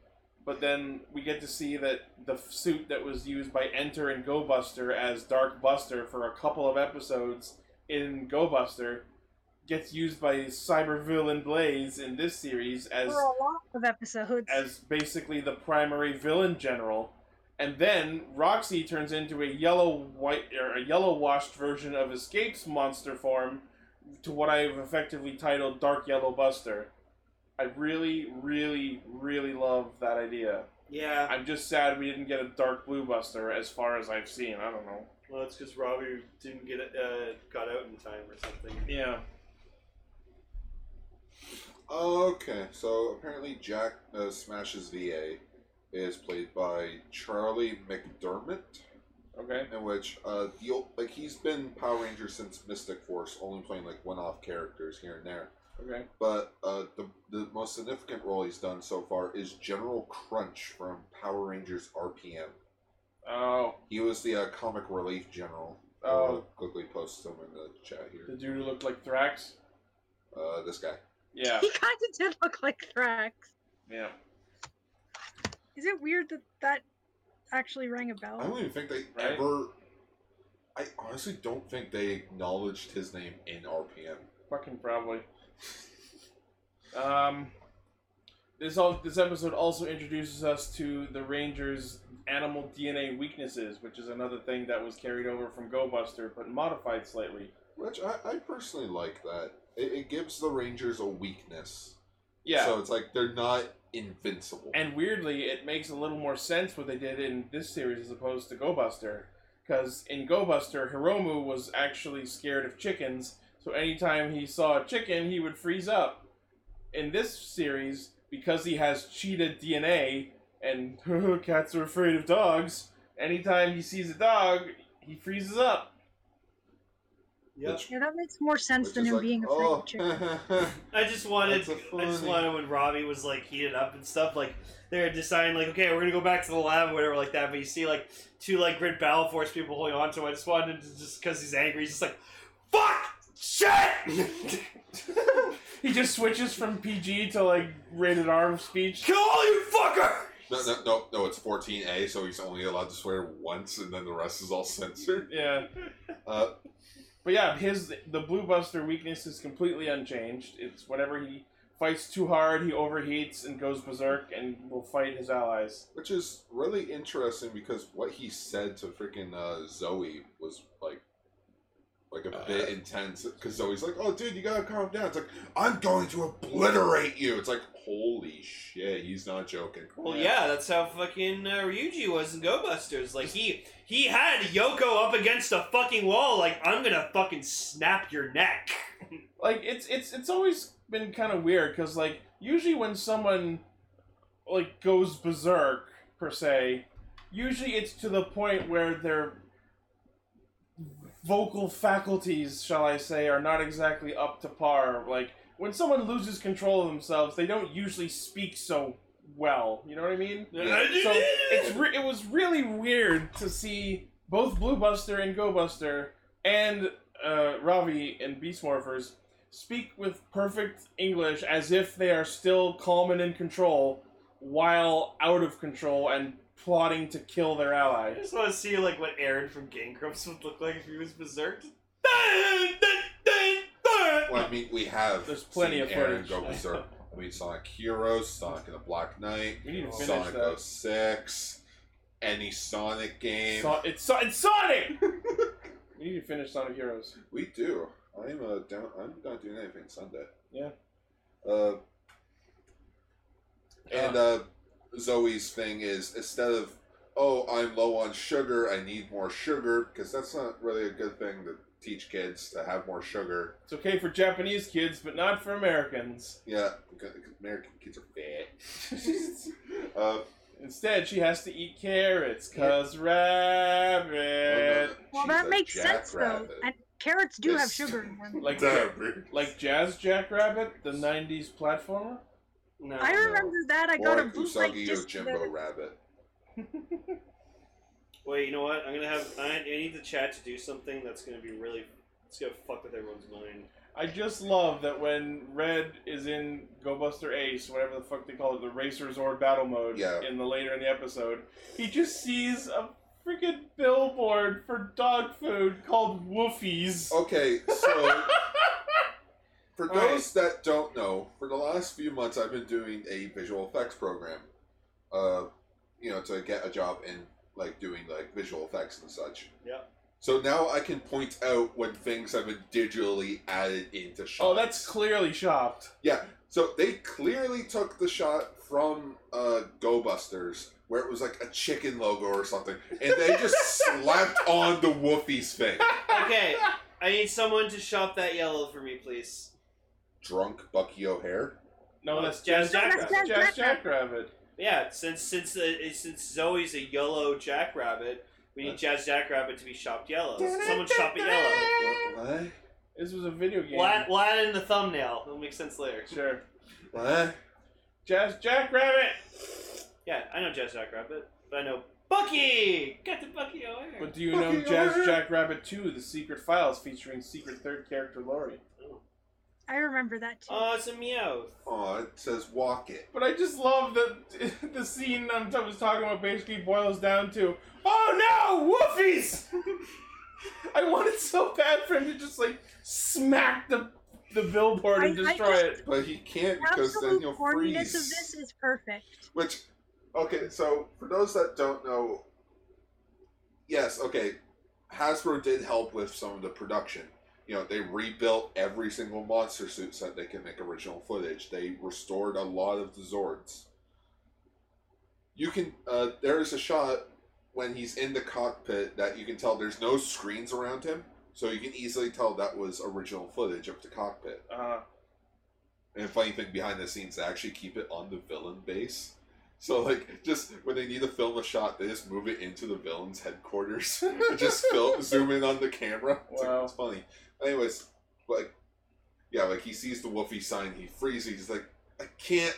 Speaker 2: But then we get to see that the f- suit that was used by Enter and Go Buster as Dark Buster for a couple of episodes in Go Buster gets used by cyber villain Blaze in this series as
Speaker 9: For a lot of episodes.
Speaker 2: as basically the primary villain general. And then Roxy turns into a yellow white or a yellow washed version of Escape's monster form to what I have effectively titled Dark Yellow Buster. I really, really, really love that idea.
Speaker 6: Yeah.
Speaker 2: I'm just sad we didn't get a Dark Blue Buster as far as I've seen. I don't know.
Speaker 6: Well, that's because Robbie didn't get it, uh, got out in time or something.
Speaker 2: Yeah.
Speaker 1: Okay, so apparently Jack uh, Smash's VA is played by Charlie McDermott.
Speaker 2: Okay.
Speaker 1: in which uh the old, like he's been Power Ranger since Mystic Force, only playing like one-off characters here and there.
Speaker 2: Okay.
Speaker 1: But uh, the the most significant role he's done so far is General Crunch from Power Rangers RPM.
Speaker 2: Oh,
Speaker 1: He was the uh, comic relief general. I'll
Speaker 2: Oh.
Speaker 1: quickly post him in the chat
Speaker 2: the
Speaker 1: here.
Speaker 2: dude who looked like Thrax.
Speaker 1: Uh, this guy.
Speaker 2: Yeah.
Speaker 9: He kind of did look like Thrax.
Speaker 2: Yeah.
Speaker 9: Is it weird that that actually rang a
Speaker 1: I
Speaker 9: bell?
Speaker 1: don't even think they
Speaker 2: Right.
Speaker 1: ever. I honestly don't think they acknowledged his name in RPM.
Speaker 2: Fucking probably. Um, this all this episode also introduces us to the Rangers' animal DNA weaknesses, which is another thing that was carried over from Go Buster but modified slightly.
Speaker 1: Which I, I personally like that. It, it gives the Rangers a weakness.
Speaker 2: Yeah,
Speaker 1: So it's like they're not invincible.
Speaker 2: and weirdly, it makes a little more sense what they did in this series as opposed to Go Buster, because in Go Buster, Hiromu was actually scared of chickens, so anytime he saw a chicken, he would freeze up. in this series, because he has cheetah DNA and cats are afraid of dogs, anytime he sees a dog, he freezes up.
Speaker 6: Yep.
Speaker 1: Which-
Speaker 9: Yeah, that makes more sense
Speaker 1: which
Speaker 9: than
Speaker 1: is
Speaker 9: him
Speaker 1: like,
Speaker 9: being afraid
Speaker 1: oh,
Speaker 9: of chickens.
Speaker 6: I just wanted,
Speaker 1: That's a
Speaker 6: I just
Speaker 1: funny-
Speaker 6: wanted when Robbie was like heated up and stuff, like they were deciding, like, okay, we're gonna go back to the lab, or whatever, like that. But you see, like, two like grid battle force people holding on to him. I just wanted to just because he's angry, he's just like, fuck, shit,
Speaker 2: He just switches from PG to like rated R speech.
Speaker 6: kill all you fucker.
Speaker 1: no, no, no, no, it's 14A, so he's only allowed to swear once, and then the rest is all censored.
Speaker 2: Yeah.
Speaker 1: Uh,
Speaker 2: But yeah, his the Blue Buster weakness is completely unchanged. It's whatever he fights too hard, he overheats and goes berserk and will fight his allies.
Speaker 1: Which is really interesting because what he said to freaking uh, Zoe was like, like a bit intense. Because Zoe's like, "Oh, dude, you gotta calm down." It's like, "I'm going to obliterate you." It's like, holy shit, he's not joking.
Speaker 6: Well, yeah, that's how fucking uh, Ryuji was in Go Busters. Like he he had Yoko up against a fucking wall. Like I'm gonna fucking snap your neck.
Speaker 2: Like it's it's it's always been kind of weird because like usually when someone like goes berserk per se, usually it's to the point where their vocal faculties, shall I say, are not exactly up to par. Like when someone loses control of themselves, they don't usually speak so well. You know what I mean? so it's re- it was really weird to see both Blue Buster and Go Buster and uh, Ravi and Beast Morphers speak with perfect English as if they are still calm and in control while out of control and plotting to kill their
Speaker 6: I
Speaker 2: ally.
Speaker 6: just want to see like what Aaron from Gang Grumps would look like if he was berserked.
Speaker 1: Well, I mean, we have
Speaker 2: There's plenty
Speaker 1: seen
Speaker 2: of
Speaker 1: Aaron
Speaker 2: footage.
Speaker 1: go berserk. We Sonic Heroes, Sonic and the Black Knight,
Speaker 2: We need to finish
Speaker 1: Oh, Sonic
Speaker 2: that.
Speaker 1: 06, any Sonic game.
Speaker 2: So- it's, so- it's Sonic! we need to finish Sonic Heroes.
Speaker 1: we do. I'm uh, down. I'm not doing anything Sunday.
Speaker 2: Yeah.
Speaker 1: Uh, and uh, Zoe's thing is instead of oh I'm low on sugar, I need more sugar because that's not really a good thing to teach kids to have more sugar.
Speaker 2: It's okay for Japanese kids, but not for Americans.
Speaker 1: Yeah, because American kids are fat. uh,
Speaker 2: Instead, she has to eat carrots, cause
Speaker 1: oh,
Speaker 2: rabbit.
Speaker 9: Well, that makes sense though, and carrots do have sugar in them.
Speaker 2: Like, like Jazz Jackrabbit, the '90s platformer.
Speaker 6: No.
Speaker 9: I remember that I got
Speaker 1: or
Speaker 9: a bootleg
Speaker 1: Usagi
Speaker 9: disc. of
Speaker 1: Yojimbo
Speaker 9: it.
Speaker 1: Rabbit.
Speaker 6: Wait, you know what? I'm gonna have I, I need the chat to do something that's gonna be really it's gonna fuck with everyone's mind.
Speaker 2: I just love that when Red is in Go Buster Ace, whatever the fuck they call it, the Racer Zord battle mode,
Speaker 1: Yeah.
Speaker 2: in the later in the episode, he just sees a freaking billboard for dog food called Woofies.
Speaker 1: Okay, so for
Speaker 2: All right.
Speaker 1: those that don't know, for the last few months I've been doing a visual effects program. Uh, you know, to get a job in like doing like visual effects and such.
Speaker 6: Yep.
Speaker 1: So now I can point out when things have been digitally added into shots.
Speaker 2: Oh, that's clearly shopped.
Speaker 1: Yeah, so they clearly took the shot from uh, Go Busters, where it was like a chicken logo or something, and they just slapped on the Woofy's thing.
Speaker 6: Okay, I need someone to shop that yellow for me, please.
Speaker 1: Drunk Bucky O'Hare.
Speaker 2: No,
Speaker 6: Oh,
Speaker 2: that's
Speaker 6: it's
Speaker 2: Jazz
Speaker 6: Jazz
Speaker 2: Jackrabbit.
Speaker 9: Jackrabbit.
Speaker 2: Jazz Jackrabbit.
Speaker 6: Yeah, since since uh, since Zoe's a yellow jackrabbit, we need Jazz Jackrabbit to be shopped yellow. Someone shop it yellow.
Speaker 1: What?
Speaker 2: This was a video game.
Speaker 6: We'll add, we'll add it in the thumbnail. It'll make sense later.
Speaker 2: Sure.
Speaker 1: What?
Speaker 2: Jazz Jackrabbit.
Speaker 6: Yeah, I know Jazz Jackrabbit, but I know Bucky. Got the Bucky over here.
Speaker 2: But do you know
Speaker 1: Fucking
Speaker 2: Jazz
Speaker 1: Oreo.
Speaker 2: Jackrabbit 2, The Secret Files, featuring secret third character Lori?
Speaker 9: I remember that too.
Speaker 6: Oh, it's a meow.
Speaker 1: Oh, it says walk it.
Speaker 2: But I just love that the scene I'm I was talking about basically boils down to, oh no, woofies! I wanted so bad for him to just like smack the the billboard and
Speaker 9: I- I
Speaker 2: destroy
Speaker 9: just-
Speaker 2: it.
Speaker 1: But he can't because then
Speaker 9: Absolute
Speaker 1: he'll
Speaker 9: corniness
Speaker 1: freeze.
Speaker 9: of this is perfect.
Speaker 1: Which, okay, so for those that don't know, yes, okay, Hasbro did help with some of the production. You know, they rebuilt every single monster suit so that they can make original footage. They restored a lot of the Zords. You can, uh, there is a shot when he's in the cockpit that you can tell there's no screens around him, so you can easily tell that was original footage of the cockpit.
Speaker 2: Uh,
Speaker 1: And funny thing behind the scenes, they actually keep it on the villain base. So like, just when they need to film a shot, they just move it into the villain's headquarters. and just film, zoom in on the camera. It's, like-
Speaker 2: Wow.
Speaker 1: it's funny. Anyways, like, yeah, like he sees the Wolfie sign, he freezes. He's like, I can't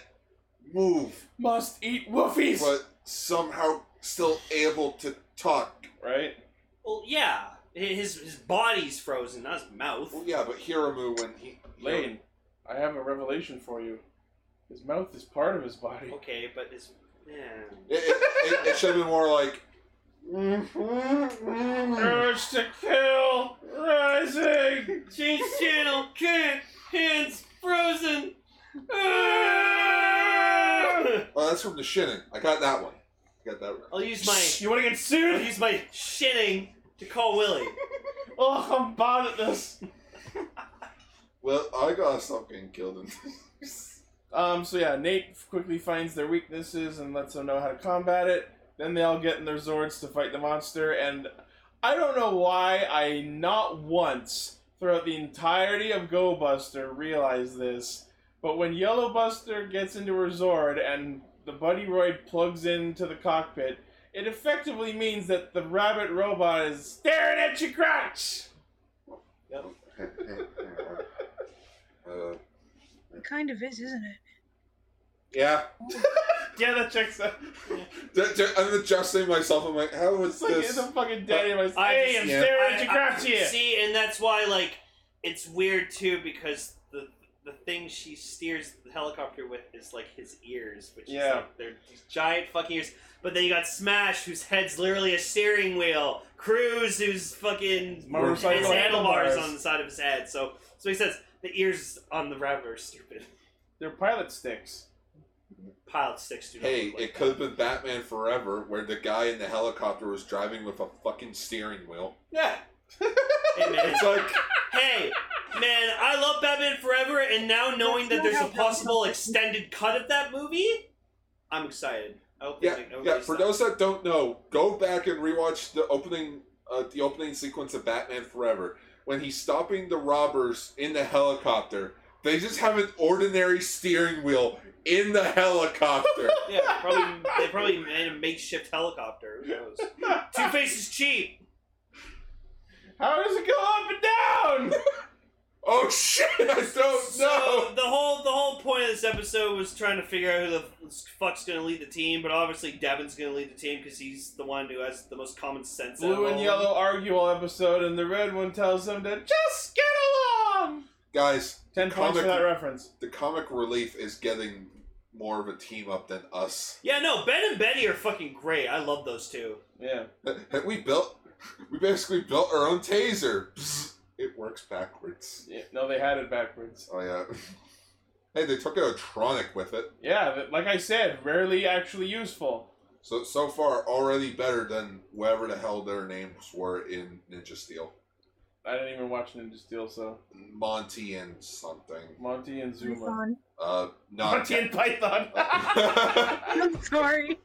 Speaker 1: move,
Speaker 2: must eat woofies!
Speaker 1: but somehow still able to talk.
Speaker 2: Right?
Speaker 6: Well, yeah, his his body's frozen, not his mouth.
Speaker 2: Oh,
Speaker 1: Well, yeah, but Hiramu when he
Speaker 2: Lane, I have a revelation for you. His mouth is part of his body.
Speaker 6: Okay, but his yeah.
Speaker 1: it, it, it, it should have been more like.
Speaker 2: Urge to kill rising!
Speaker 6: Change channel. Can't. Hands frozen.
Speaker 1: Oh, that's from the shitting. I got that one. I got that one.
Speaker 6: I'll use my
Speaker 2: You want to get
Speaker 6: I'll
Speaker 2: sued?
Speaker 6: use my shitting to call Willie.
Speaker 2: Oh, I'm bad at this.
Speaker 1: Well, I gotta stop getting killed in
Speaker 2: Um, so yeah, Nate quickly finds their weaknesses and lets them know how to combat it. Then they all get in their Zords to fight the monster, and I don't know why I not once throughout the entirety of Go Buster realized this, but when Yellow Buster gets into her Zord and the Buddy Roid plugs into the cockpit, it effectively means that the rabbit robot is staring at your crotch.
Speaker 1: uh,
Speaker 9: It kind of is, isn't it?
Speaker 1: yeah.
Speaker 2: Yeah, that checks out.
Speaker 1: Ju- ju- I'm adjusting myself. I'm like, how is
Speaker 2: It's like
Speaker 1: this?
Speaker 2: it's a fucking daddy. I'm like,
Speaker 6: I
Speaker 2: hey,
Speaker 6: just-
Speaker 2: I'm
Speaker 1: yeah.
Speaker 2: staring at
Speaker 6: I-
Speaker 2: your
Speaker 6: I-
Speaker 2: crotch here.
Speaker 6: See, and that's why like it's weird too because the the thing she steers the helicopter with is like his ears, which
Speaker 2: Yeah.
Speaker 6: is like they're these giant fucking ears. But then you got Smash, whose head's literally a steering wheel. Cruz, who's fucking
Speaker 2: Motorcycle
Speaker 6: his handlebars
Speaker 2: handlebars.
Speaker 6: on the side of his head. So so he says the ears on the rabbit are stupid.
Speaker 2: They're pilot sticks.
Speaker 6: Pilot sticks do not
Speaker 1: hey,
Speaker 6: look like
Speaker 1: it
Speaker 6: that.
Speaker 1: could have been Batman Forever, where the guy in the helicopter was driving with a fucking steering wheel.
Speaker 2: Yeah.
Speaker 6: Hey man,
Speaker 1: It's like,
Speaker 6: hey, man, I love Batman Forever, and now knowing that there's a possible extended cut of that movie, I'm excited. I hope they
Speaker 1: yeah,
Speaker 6: make
Speaker 1: yeah.
Speaker 6: everybody
Speaker 1: For
Speaker 6: stop.
Speaker 1: those that don't know, go back and rewatch the opening, uh, the opening sequence of Batman Forever when he's stopping the robbers in the helicopter. They just have an ordinary steering wheel in the helicopter.
Speaker 6: yeah, probably they probably made a makeshift helicopter. Who knows? Two Face is cheap.
Speaker 2: How does it go up and down?
Speaker 1: oh shit! I don't
Speaker 6: So
Speaker 1: know.
Speaker 6: the whole the whole point of this episode was trying to figure out who the fuck's gonna lead the team, but obviously Devin's gonna lead the team because he's the one who has the most common sense. out of
Speaker 2: Blue
Speaker 6: all
Speaker 2: and
Speaker 6: of
Speaker 2: yellow argue all episode, and the red one tells them to just get along.
Speaker 1: Guys,
Speaker 2: Ten points for
Speaker 1: Comic-
Speaker 2: that reference.
Speaker 1: the comic relief is getting more of a team up than us.
Speaker 6: them. Yeah, no, Ben and Betty are fucking great. I love those two.
Speaker 2: Yeah.
Speaker 1: Have we built? We basically built our own taser. Psst, It works backwards.
Speaker 2: yeah. No, they had it backwards.
Speaker 1: Oh yeah. Hey, they took out a tronic with it.
Speaker 2: Yeah, but like I said, rarely actually useful.
Speaker 1: So so far, already better than whatever the hell their names were in Ninja Steel.
Speaker 2: I didn't even watch Ninja Steel, so
Speaker 1: Monty and something.
Speaker 2: Monty and Zuma.
Speaker 9: Python.
Speaker 1: Uh, not.
Speaker 2: Monty and Python.
Speaker 9: I'm sorry.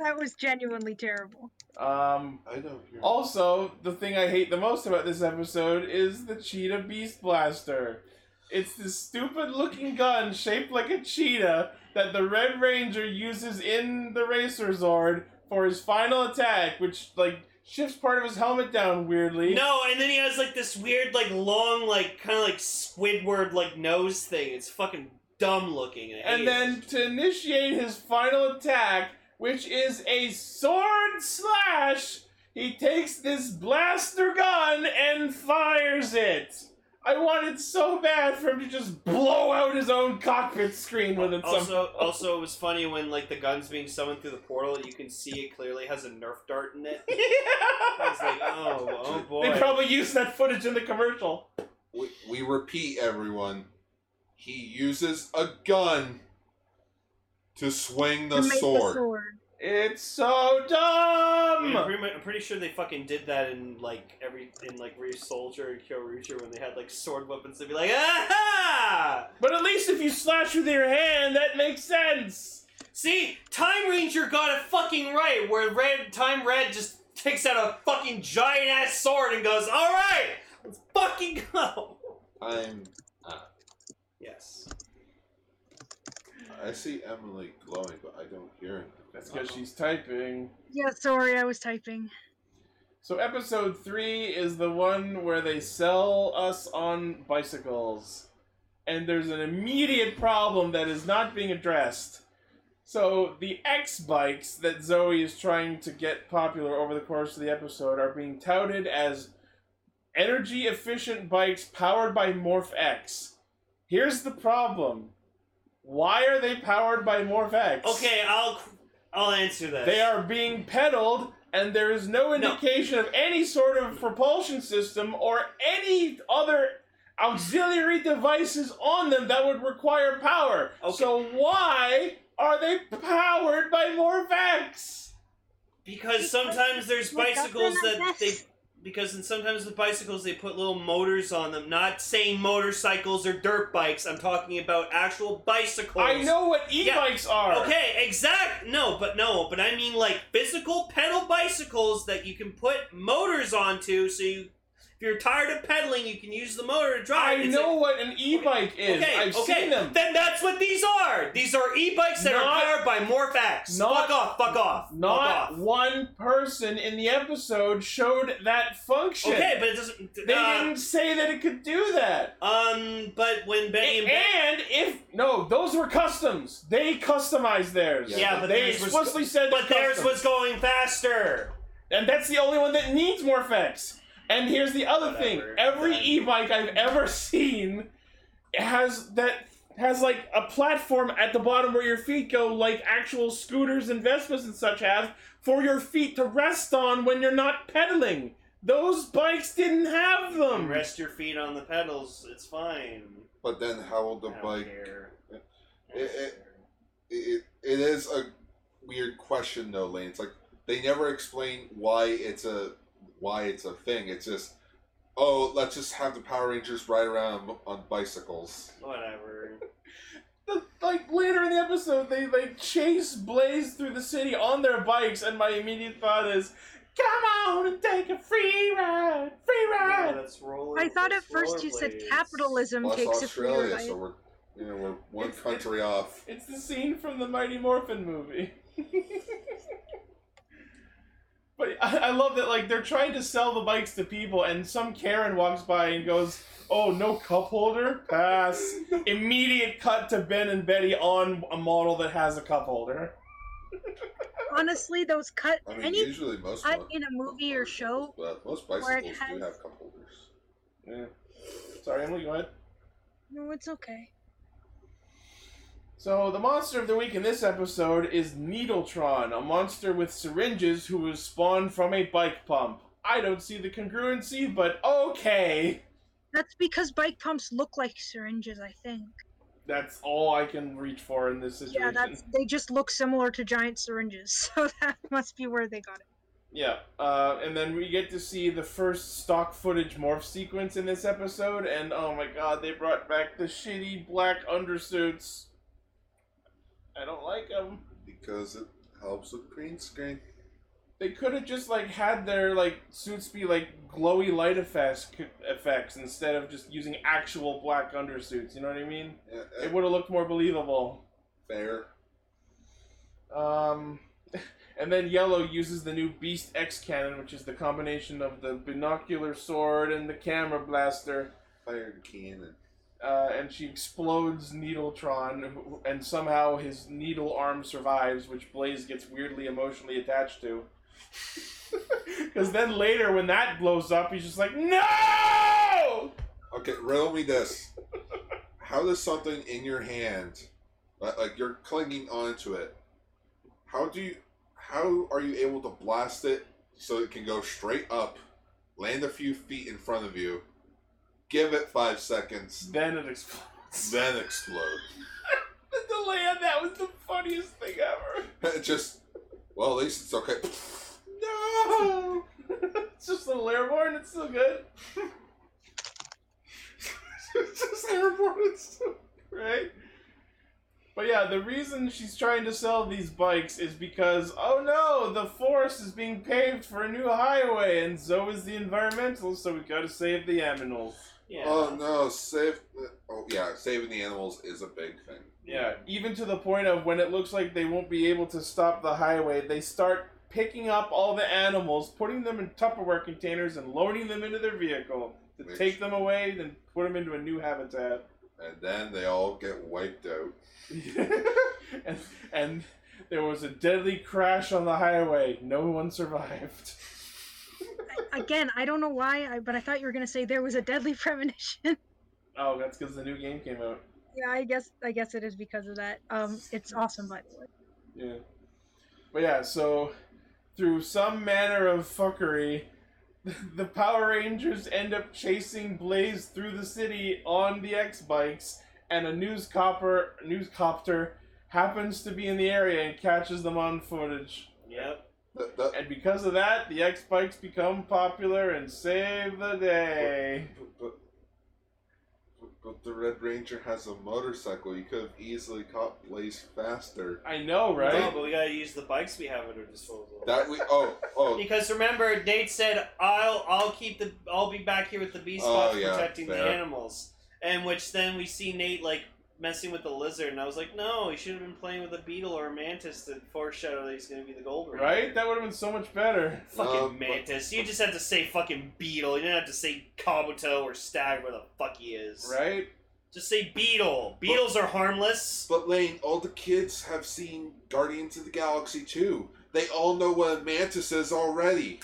Speaker 9: That was genuinely terrible.
Speaker 2: um.
Speaker 1: I don't hear.
Speaker 2: Also, the thing I hate the most about this episode is the Cheetah Beast Blaster. It's this stupid looking gun shaped like a cheetah that the Red Ranger uses in the Racer Zord for his final attack, which, like, shifts part of his helmet down weirdly.
Speaker 6: No, and then he has like this weird, like long, like kind of like Squidward, like nose thing. It's fucking dumb looking. I hate
Speaker 2: And then
Speaker 6: it.
Speaker 2: to initiate his final attack, which is a sword slash, he takes this blaster gun and fires it. I wanted so bad for him to just blow out his own cockpit screen with it. some-
Speaker 6: also, also it was funny when like the gun's being summoned through the portal. You can see it clearly has a Nerf dart in it. I was like, oh, oh boy.
Speaker 2: They probably used that footage in the commercial.
Speaker 1: We, we repeat, everyone. He uses a gun to swing the
Speaker 9: To make
Speaker 1: sword.
Speaker 9: The sword.
Speaker 2: It's so
Speaker 6: I mean,
Speaker 2: dumb.
Speaker 6: pretty mu- I'm pretty sure they fucking did that in like every in like Rear Soldier and Kyo Ruger when they had like sword weapons. They'd be like, ah!
Speaker 2: But at least if you slash with your hand, that makes sense.
Speaker 6: See, Time Ranger got it fucking right, where Red Time Red just takes out a fucking giant ass sword and goes, "All right, let's fucking go."
Speaker 1: I'm.
Speaker 6: Yes.
Speaker 1: I see Emily glowing, but I don't hear anything.
Speaker 2: That's because she's typing.
Speaker 9: Yeah, sorry, I was typing.
Speaker 2: So episode three is the one where they sell us on bicycles, and there's an immediate problem that is not being addressed. So the X bikes that Zoe is trying to get popular over the course of the episode are being touted as energy efficient bikes powered by Morph X. Here's the problem. Why are they powered by Morph X?
Speaker 6: Okay, I'll I'll answer that.
Speaker 2: They are being pedaled, and there is no indication of any sort of propulsion system or any other auxiliary devices on them that would require power.
Speaker 6: Okay.
Speaker 2: So why are they powered by more Vex?
Speaker 6: Because sometimes there's
Speaker 9: Well,
Speaker 6: bicycles
Speaker 9: government
Speaker 6: that they
Speaker 9: vests.
Speaker 6: because and sometimes with bicycles they put little motors on them. Not saying motorcycles or dirt bikes. I'm talking about actual bicycles.
Speaker 2: I know what e-bikes are.
Speaker 6: Okay, exact. No, but no, but I mean like physical pedal bicycles that you can put motors onto. So you, if you're tired of pedaling, you can use the motor to drive.
Speaker 2: I
Speaker 6: It's
Speaker 2: know what
Speaker 6: like-
Speaker 2: an e-bike is.
Speaker 6: Okay,
Speaker 2: I've
Speaker 6: okay.
Speaker 2: seen them.
Speaker 6: Then that's what these are. These are e-bikes that
Speaker 2: Not-
Speaker 6: are powered by Morphax.
Speaker 2: not-
Speaker 6: fuck off. Fuck off. fuck off.
Speaker 2: Not one person in the episode showed that function.
Speaker 6: Okay, but it doesn't.
Speaker 2: They
Speaker 6: uh,
Speaker 2: didn't say that it could do that.
Speaker 6: Um, but when Benny and, Ben,
Speaker 2: And if no, those were customs. They customized theirs.
Speaker 6: yeah, but
Speaker 2: they
Speaker 6: theirs was-
Speaker 2: explicitly said.
Speaker 6: but theirs
Speaker 2: custom.
Speaker 6: was going faster.
Speaker 2: and that's the only one that needs more effects. And here's the other thing:
Speaker 6: Whatever,
Speaker 2: every
Speaker 6: done.
Speaker 2: e-bike I've ever seen has that has like a platform at the bottom where your feet go, like actual scooters and Vespas and such have for your feet to rest on when you're not pedaling. Those bikes didn't have them.
Speaker 6: Rest your feet on the pedals. It's fine.
Speaker 1: But then, how will the
Speaker 6: I don't
Speaker 1: bike?
Speaker 6: care.
Speaker 1: It- it- It, it is a weird question though, Lane. It's like they never explain why it's a why it's a thing. It's just oh, let's just have the Power Rangers ride around on bicycles.
Speaker 6: Whatever.
Speaker 2: the, like later in the episode, they like chase Blaze through the city on their bikes, and my immediate thought is, "Come on and take a free ride, free
Speaker 6: No,
Speaker 2: ride."
Speaker 6: that's roller.
Speaker 9: I thought at
Speaker 6: that's
Speaker 9: first you said
Speaker 6: rollerblades.
Speaker 9: capitalism
Speaker 1: Plus
Speaker 9: takes a free
Speaker 1: Australia,
Speaker 9: ride.
Speaker 1: so we're you know we're one
Speaker 2: It's-
Speaker 1: country off.
Speaker 2: It's the scene from the Mighty Morphin movie. but I, I love that like they're trying to sell the bikes to people, and some Karen walks by and goes. Oh, no cup holder? Pass. Immediate cut to Ben and Betty on a model that has a cup holder.
Speaker 9: Honestly, those cut
Speaker 1: I mean,
Speaker 9: any
Speaker 1: usually most
Speaker 9: cut
Speaker 1: mon-
Speaker 9: in a movie or show.
Speaker 1: but most
Speaker 9: it
Speaker 1: bicycles do
Speaker 9: has-
Speaker 1: have cup holders.
Speaker 2: Yeah. Sorry, Emily, go ahead.
Speaker 9: No, it's okay.
Speaker 2: So the monster of the week in this episode is Needletron, a monster with syringes who was spawned from a bike pump. I don't see the congruency, but okay.
Speaker 9: That's because bike pumps look like syringes, I think.
Speaker 2: That's all I can reach for in this
Speaker 9: Yeah,
Speaker 2: situation.
Speaker 9: that's they just look similar to giant syringes, so that must be where they got it.
Speaker 2: Yeah, uh, and then we get to see the first stock footage morph sequence in this episode, and oh my god, they brought back the shitty black undersuits. I don't like them.
Speaker 1: Because it helps with green screen.
Speaker 2: they could have just like had their like suits be like glowy light effects effects instead of just using actual black undersuits. You know what I mean?
Speaker 1: Yeah,
Speaker 2: It would have looked more believable.
Speaker 1: fair.
Speaker 2: Um, and then Yellow uses the new Beast X cannon, which is the combination of the binocular sword and the camera blaster.
Speaker 1: Fire cannon.
Speaker 2: Uh, and she explodes Needletron, who- and somehow his needle arm survives, which Blaze gets weirdly emotionally attached to. Because then later, when that blows up, he's just like, "No!"
Speaker 1: Okay, riddle me this. how does something in your hand, like, like you're clinging onto it, how do you, how are you able to blast it so it can go straight up, land a few feet in front of you, give it five seconds,
Speaker 2: Then it explodes.
Speaker 1: then explode?
Speaker 2: the delay on that was the funniest thing ever.
Speaker 1: It just, well, at least it's okay.
Speaker 2: No! it's just a little airborne. It's still good. it's just airborne. It's still right. But yeah, the reason she's trying to sell these bikes is because oh no, the forest is being paved for a new highway, and so is the environmental. So we gotta save the animals.
Speaker 6: Yeah.
Speaker 1: Oh no, save. Oh yeah, saving the animals is a big thing.
Speaker 2: Yeah, even to the point of when it looks like they won't be able to stop the highway, they start picking up all the animals, putting them in Tupperware containers, and loading them into their vehicle to
Speaker 1: Which-
Speaker 2: take them away, then put them into a new habitat.
Speaker 1: And then they all get wiped out.
Speaker 2: and, and there was a deadly crash on the highway. No one survived.
Speaker 9: Again, I don't know why, I, but I thought you were gonna say there was a deadly premonition.
Speaker 2: Oh, that's because the new game came out.
Speaker 9: yeah, I guess I guess it is because of that. Um, it's awesome, by the way.
Speaker 2: Yeah. But yeah, so through some manner of fuckery, the Power Rangers end up chasing Blaze through the city on the X bikes, and a news copper news copter happens to be in the area and catches them on footage.
Speaker 6: Yep.
Speaker 1: That, that,
Speaker 2: And because of that, the X bikes become popular and save the day.
Speaker 1: but, but, but the Red Ranger has a motorcycle. You could have easily caught Blaze faster.
Speaker 2: I know, right?
Speaker 6: No, but we gotta use the bikes we have at our disposal.
Speaker 1: That we oh oh
Speaker 6: because remember, Date said, "I'll I'll keep the I'll be back here with the bee
Speaker 1: Oh,
Speaker 6: spots
Speaker 1: yeah,
Speaker 6: protecting the
Speaker 1: fair.
Speaker 6: animals." And which then we see Nate like messing with the lizard, and I was like, "No, he should have been playing with a beetle or a mantis to foreshadow that he's gonna be the gold ranger."
Speaker 2: Right? That would have been so much better.
Speaker 6: Fucking
Speaker 1: Um, but-
Speaker 6: mantis. you just have to say fucking beetle. You don't have to say Kabuto or stag where the fuck he is.
Speaker 2: Right?
Speaker 6: Just say beetle. Beetles are harmless.
Speaker 1: But Lane, all the kids have seen Guardians of the Galaxy too. They all know what a mantis is already.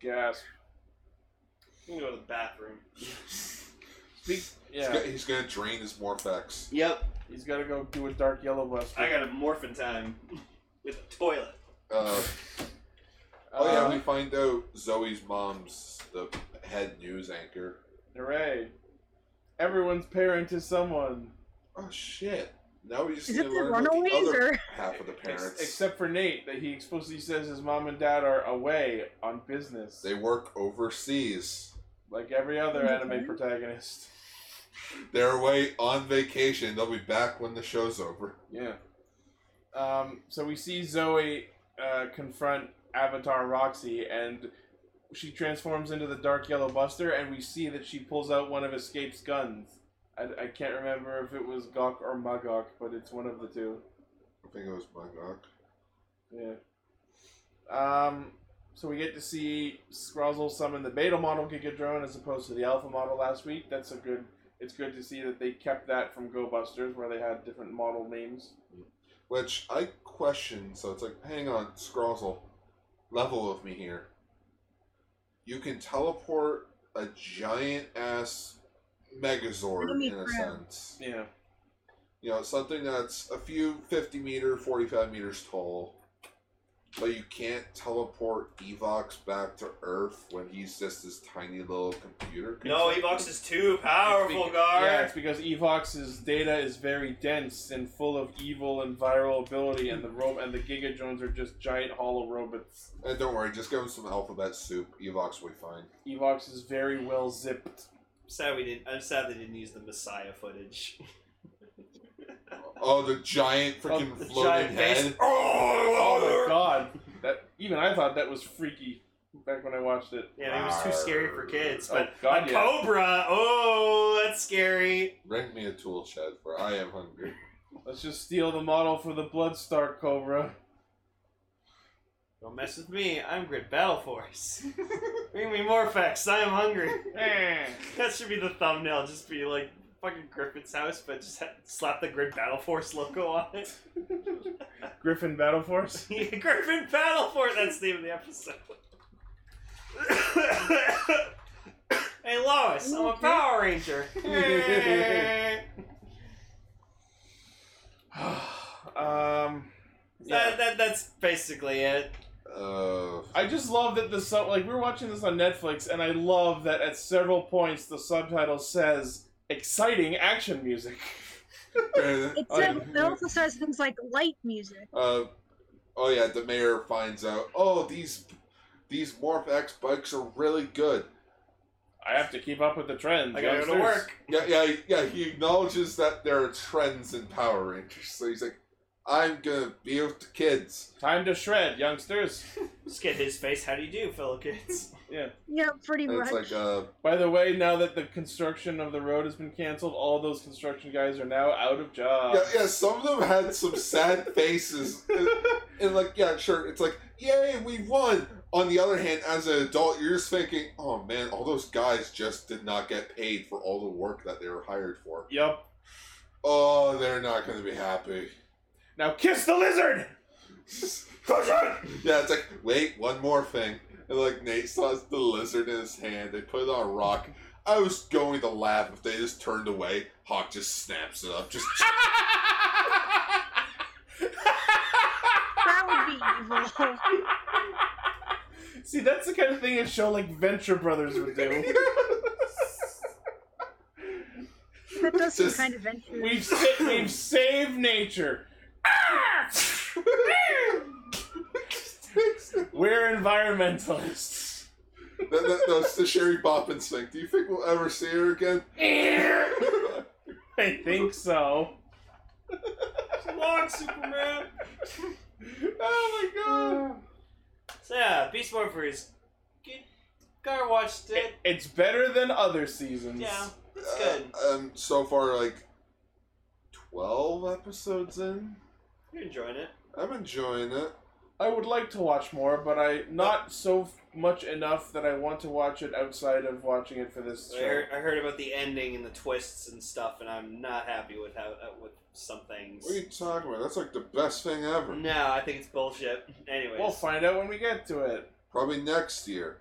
Speaker 2: Gasp.
Speaker 6: I'm gonna go to the bathroom.
Speaker 2: Speak-
Speaker 1: He's,
Speaker 2: yeah,
Speaker 1: gonna, he's gonna drain his Morphex.
Speaker 6: Yep.
Speaker 2: he's got to go do a dark yellow western.
Speaker 6: I got a morphin time with a toilet.
Speaker 1: Uh,
Speaker 2: Uh,
Speaker 1: oh yeah, we find out Zoe's mom's the head news anchor.
Speaker 2: Hooray. Everyone's parent is someone.
Speaker 1: Oh shit! Now we just
Speaker 9: Is
Speaker 1: need to
Speaker 9: it the
Speaker 1: learn about the
Speaker 9: Runaways
Speaker 1: other
Speaker 9: or
Speaker 1: half of the
Speaker 2: Ex-
Speaker 1: parents.
Speaker 2: except for Nate, that he explicitly says his mom and dad are away on business.
Speaker 1: they work overseas.
Speaker 2: like every other anime protagonist.
Speaker 1: They're away on vacation. They'll be back when the show's over.
Speaker 2: Yeah. Um, so we see Zoe uh, confront Avatar Roxy, and she transforms into the Dark Yellow Buster, and we see that she pulls out one of Escape's guns. I, I can't remember if it was Gawk or Mugok, but it's one of the two.
Speaker 1: I think it was Mugok.
Speaker 2: Yeah. Um, so we get to see Scrozzle summon the beta model Giga Drone as opposed to the alpha model last week. That's a good. It's good to see that they kept that from Go Busters, where they had different model names.
Speaker 1: Which I question, so it's like, hang on, Scrozzle, level of me here. You can teleport a giant ass Megazord in a sense.
Speaker 2: Yeah.
Speaker 1: You know, something that's a few 50 meter, 45 meters tall. But you can't teleport Evox back to Earth when he's just this tiny little computer.
Speaker 6: No, Evox is too powerful,
Speaker 2: It's beca-
Speaker 6: guard.
Speaker 2: Yeah, it's because Evox's data is very dense and full of evil and viral ability, and the ro- and the Giga Drones are just giant hollow robots.
Speaker 1: And don't worry, just give him some alphabet soup. Evox will be fine.
Speaker 2: Evox is very well zipped.
Speaker 6: Sad we didn't. I'm sad they didn't use the Messiah footage.
Speaker 1: Oh, the giant freaking
Speaker 2: Oh, the
Speaker 1: floating
Speaker 6: giant face.
Speaker 1: head.
Speaker 2: Oh
Speaker 6: Oh,
Speaker 2: my god, that even I thought that was freaky back when I watched it.
Speaker 6: Yeah, it was too scary for kids. But
Speaker 2: Oh, God,
Speaker 6: a
Speaker 2: yeah.
Speaker 6: cobra. Oh, that's scary.
Speaker 1: Rent me a tool shed, for I am hungry.
Speaker 2: Let's just steal the model for the Bloodstar Cobra.
Speaker 6: Don't mess with me. I'm Grid Battle Force. Bring me more facts. I am hungry. that should be the thumbnail. Just be like fucking Griffin's house, but just ha- slap the Grid Battle Force logo on it.
Speaker 2: Griffin Battle Force.
Speaker 6: Yeah, Griffin Battle Force. That's the name of the episode. hey Lois, I'm a Power Ranger.
Speaker 2: um,
Speaker 6: That,
Speaker 2: yeah.
Speaker 6: that, that's basically it.
Speaker 1: Uh,
Speaker 2: I just love that the sub like we're watching this on Netflix, and I love that at several points the subtitle says "exciting action music."
Speaker 9: it,
Speaker 1: uh,
Speaker 9: said, it also says things like light music.
Speaker 1: uh, oh yeah, the mayor finds out. Oh, these these Morph X bikes are really good.
Speaker 2: I have to keep up with the trends.
Speaker 6: I gotta go to
Speaker 2: youngsters.
Speaker 6: work.
Speaker 1: Yeah, yeah, yeah. He acknowledges that there are trends in Power Rangers, so he's like, "I'm gonna be with the kids."
Speaker 2: Time to shred, youngsters.
Speaker 6: Just get his face. How do you do, fellow kids?
Speaker 9: Yeah, pretty
Speaker 1: And it's
Speaker 9: much.
Speaker 1: like, uh,
Speaker 2: By the way, now that the construction of the road has been canceled, all those construction guys are now out of jobs.
Speaker 1: yeah, yeah. Some of them had some sad faces, and, and like, yeah, sure. It's like, yay, we won. On the other hand, as an adult, you're just thinking, "Oh man, all those guys just did not get paid for all the work that they were hired for."
Speaker 2: Yup.
Speaker 1: Oh, they're not going to be happy.
Speaker 2: Now kiss the lizard.
Speaker 1: Yeah, it's like, wait, one more thing. And like Nate saw the lizard in his hand. They put it on a rock. I was going to laugh if they just turned away. Hawk just snaps it up. Just
Speaker 9: That would be evil.
Speaker 2: See, See, that's the kind of thing a show like Venture Brothers would do.
Speaker 9: That does seem
Speaker 1: Just-
Speaker 9: kind of venture.
Speaker 2: We've sa- we've saved nature. Ah! We're environmentalists.
Speaker 1: That- that- that's the Sherry Bobbins thing. Do you think we'll ever see her again?
Speaker 2: I think so.
Speaker 6: Come on, Superman.
Speaker 2: Oh my god.
Speaker 6: So yeah, Beast Morphers. Good. Gar watched it.
Speaker 2: It- it's better than other seasons.
Speaker 6: Yeah, it's good.
Speaker 1: Uh, um, so far, like twelve episodes in.
Speaker 6: You're enjoying it.
Speaker 1: I'm enjoying it.
Speaker 2: I would like to watch more, but I not so f- much enough that I want to watch it outside of watching it for this
Speaker 6: I
Speaker 2: show.
Speaker 6: heard, I heard about the ending and the twists and stuff, and I'm not happy with how uh, with some things.
Speaker 1: What are you talking about? That's like the best thing ever.
Speaker 6: No, I think it's bullshit. Anyways,
Speaker 2: We'll find out when we get to it.
Speaker 1: Probably next year.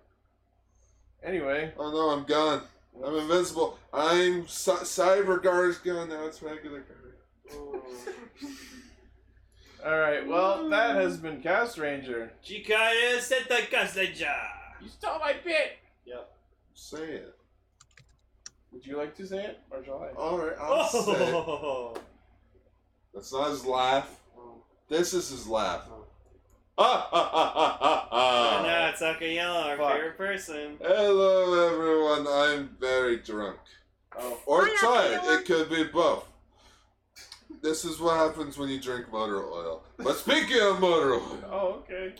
Speaker 2: Anyway,
Speaker 1: Oh no, I'm gone. I'm invincible. I'm cy- Cyber Guard's gone now. It's regular guard.
Speaker 2: all right. Well, that has been Cast Ranger.
Speaker 6: Chikara Sentai Kaseja.
Speaker 2: You stole my bit.
Speaker 6: Yep.
Speaker 1: Say it.
Speaker 2: Would you like to say it, or shall I?
Speaker 1: All right, I'll say it.
Speaker 6: Oh.
Speaker 1: That's not his laugh.
Speaker 2: Oh.
Speaker 1: This is his laugh. Ah, ah, ah, ah, ah, ah.
Speaker 6: no, it's Akayama, our
Speaker 2: Fuck.
Speaker 6: favorite person.
Speaker 1: Hello, everyone. I'm very drunk.
Speaker 2: Oh,
Speaker 1: Or
Speaker 9: Hi,
Speaker 1: tired.
Speaker 9: everyone.
Speaker 1: It could be both. This is what happens when you drink motor oil. But speaking of motor oil,
Speaker 2: oh, okay.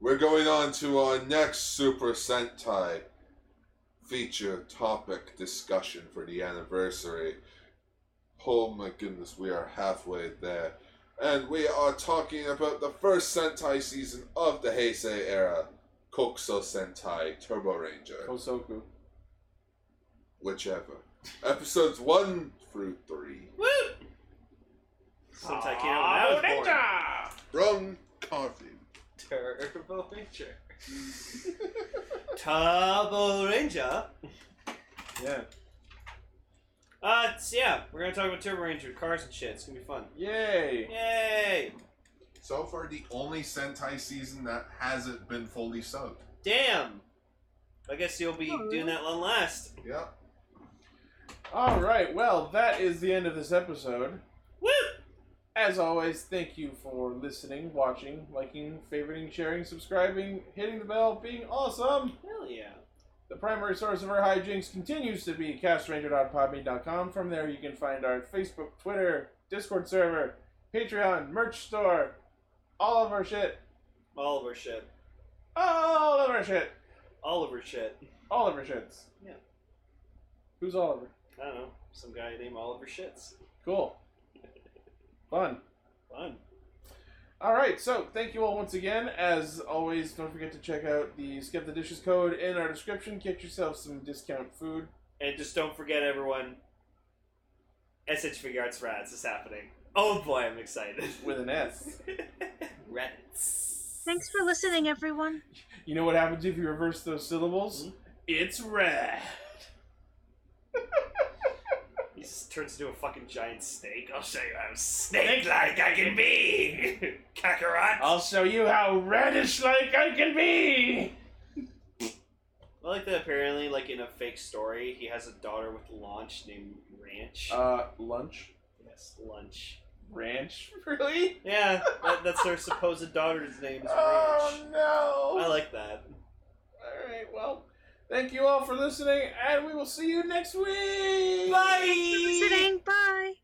Speaker 1: We're going on to our next Super Sentai feature topic discussion for the anniversary. Oh my goodness, we are halfway there. And we are talking about the first Sentai season of the Heisei era, Kokuso Sentai Turbo Ranger,
Speaker 2: Kosoku.
Speaker 1: whichever. Episodes 1 through 3.
Speaker 6: Woo! Sentai Kano, that was
Speaker 1: From
Speaker 6: boring.
Speaker 1: Coffee.
Speaker 6: Turbo Ranger. Turbo Ranger.
Speaker 2: Yeah.
Speaker 6: Uh, it's- yeah, we're gonna talk about Turbo Ranger cars and shit. It's gonna be fun.
Speaker 2: Yay.
Speaker 6: Yay!
Speaker 1: So far, the only Sentai season that hasn't been fully subbed.
Speaker 6: Damn. I guess you'll be doing that one last.
Speaker 1: Yeah.
Speaker 2: All right. Well, that is the end of this episode.
Speaker 6: Woo!
Speaker 2: As always, thank you for listening, watching, liking, favoriting, sharing, subscribing, hitting the bell, being awesome.
Speaker 6: Hell yeah.
Speaker 2: The primary source of our hijinks continues to be castranger.podme.com. From there, you can find our Facebook, Twitter, Discord server, Patreon, merch store, all of our shit,
Speaker 6: All of our shit.
Speaker 2: all of our shit,
Speaker 6: All of our shit.
Speaker 2: all of our shits.
Speaker 6: Yeah.
Speaker 2: Who's Oliver?
Speaker 6: I don't know. Some guy named Oliver Shits.
Speaker 2: Cool. Fun.
Speaker 6: Fun.
Speaker 2: All right, so thank you all once again. As always, don't forget to check out the Skip the Dishes code in our description. Get yourself some discount food.
Speaker 6: And just don't forget, everyone. SH Figure Arts Rats is happening. Oh boy, I'm excited.
Speaker 2: with an S.
Speaker 6: Rats.
Speaker 9: Thanks for listening, everyone.
Speaker 2: You know what happens if you reverse those syllables? It's red.
Speaker 6: He just turns into a fucking giant snake. I'll show you how snake-like I can be. Kakarot.
Speaker 2: I'll show you how reddish like I can be.
Speaker 6: I like that apparently, like in a fake story, he has a daughter with Launch named Ranch.
Speaker 2: Uh, lunch?
Speaker 6: yes, Lunch.
Speaker 2: Ranch? Really?
Speaker 6: Yeah, that, that's their supposed daughter's name is
Speaker 2: Oh
Speaker 6: Ranch.
Speaker 2: no!
Speaker 6: I like that.
Speaker 2: all right, well, thank you all for listening, and we will see you next week.
Speaker 6: Bye.
Speaker 9: Listening. Bye.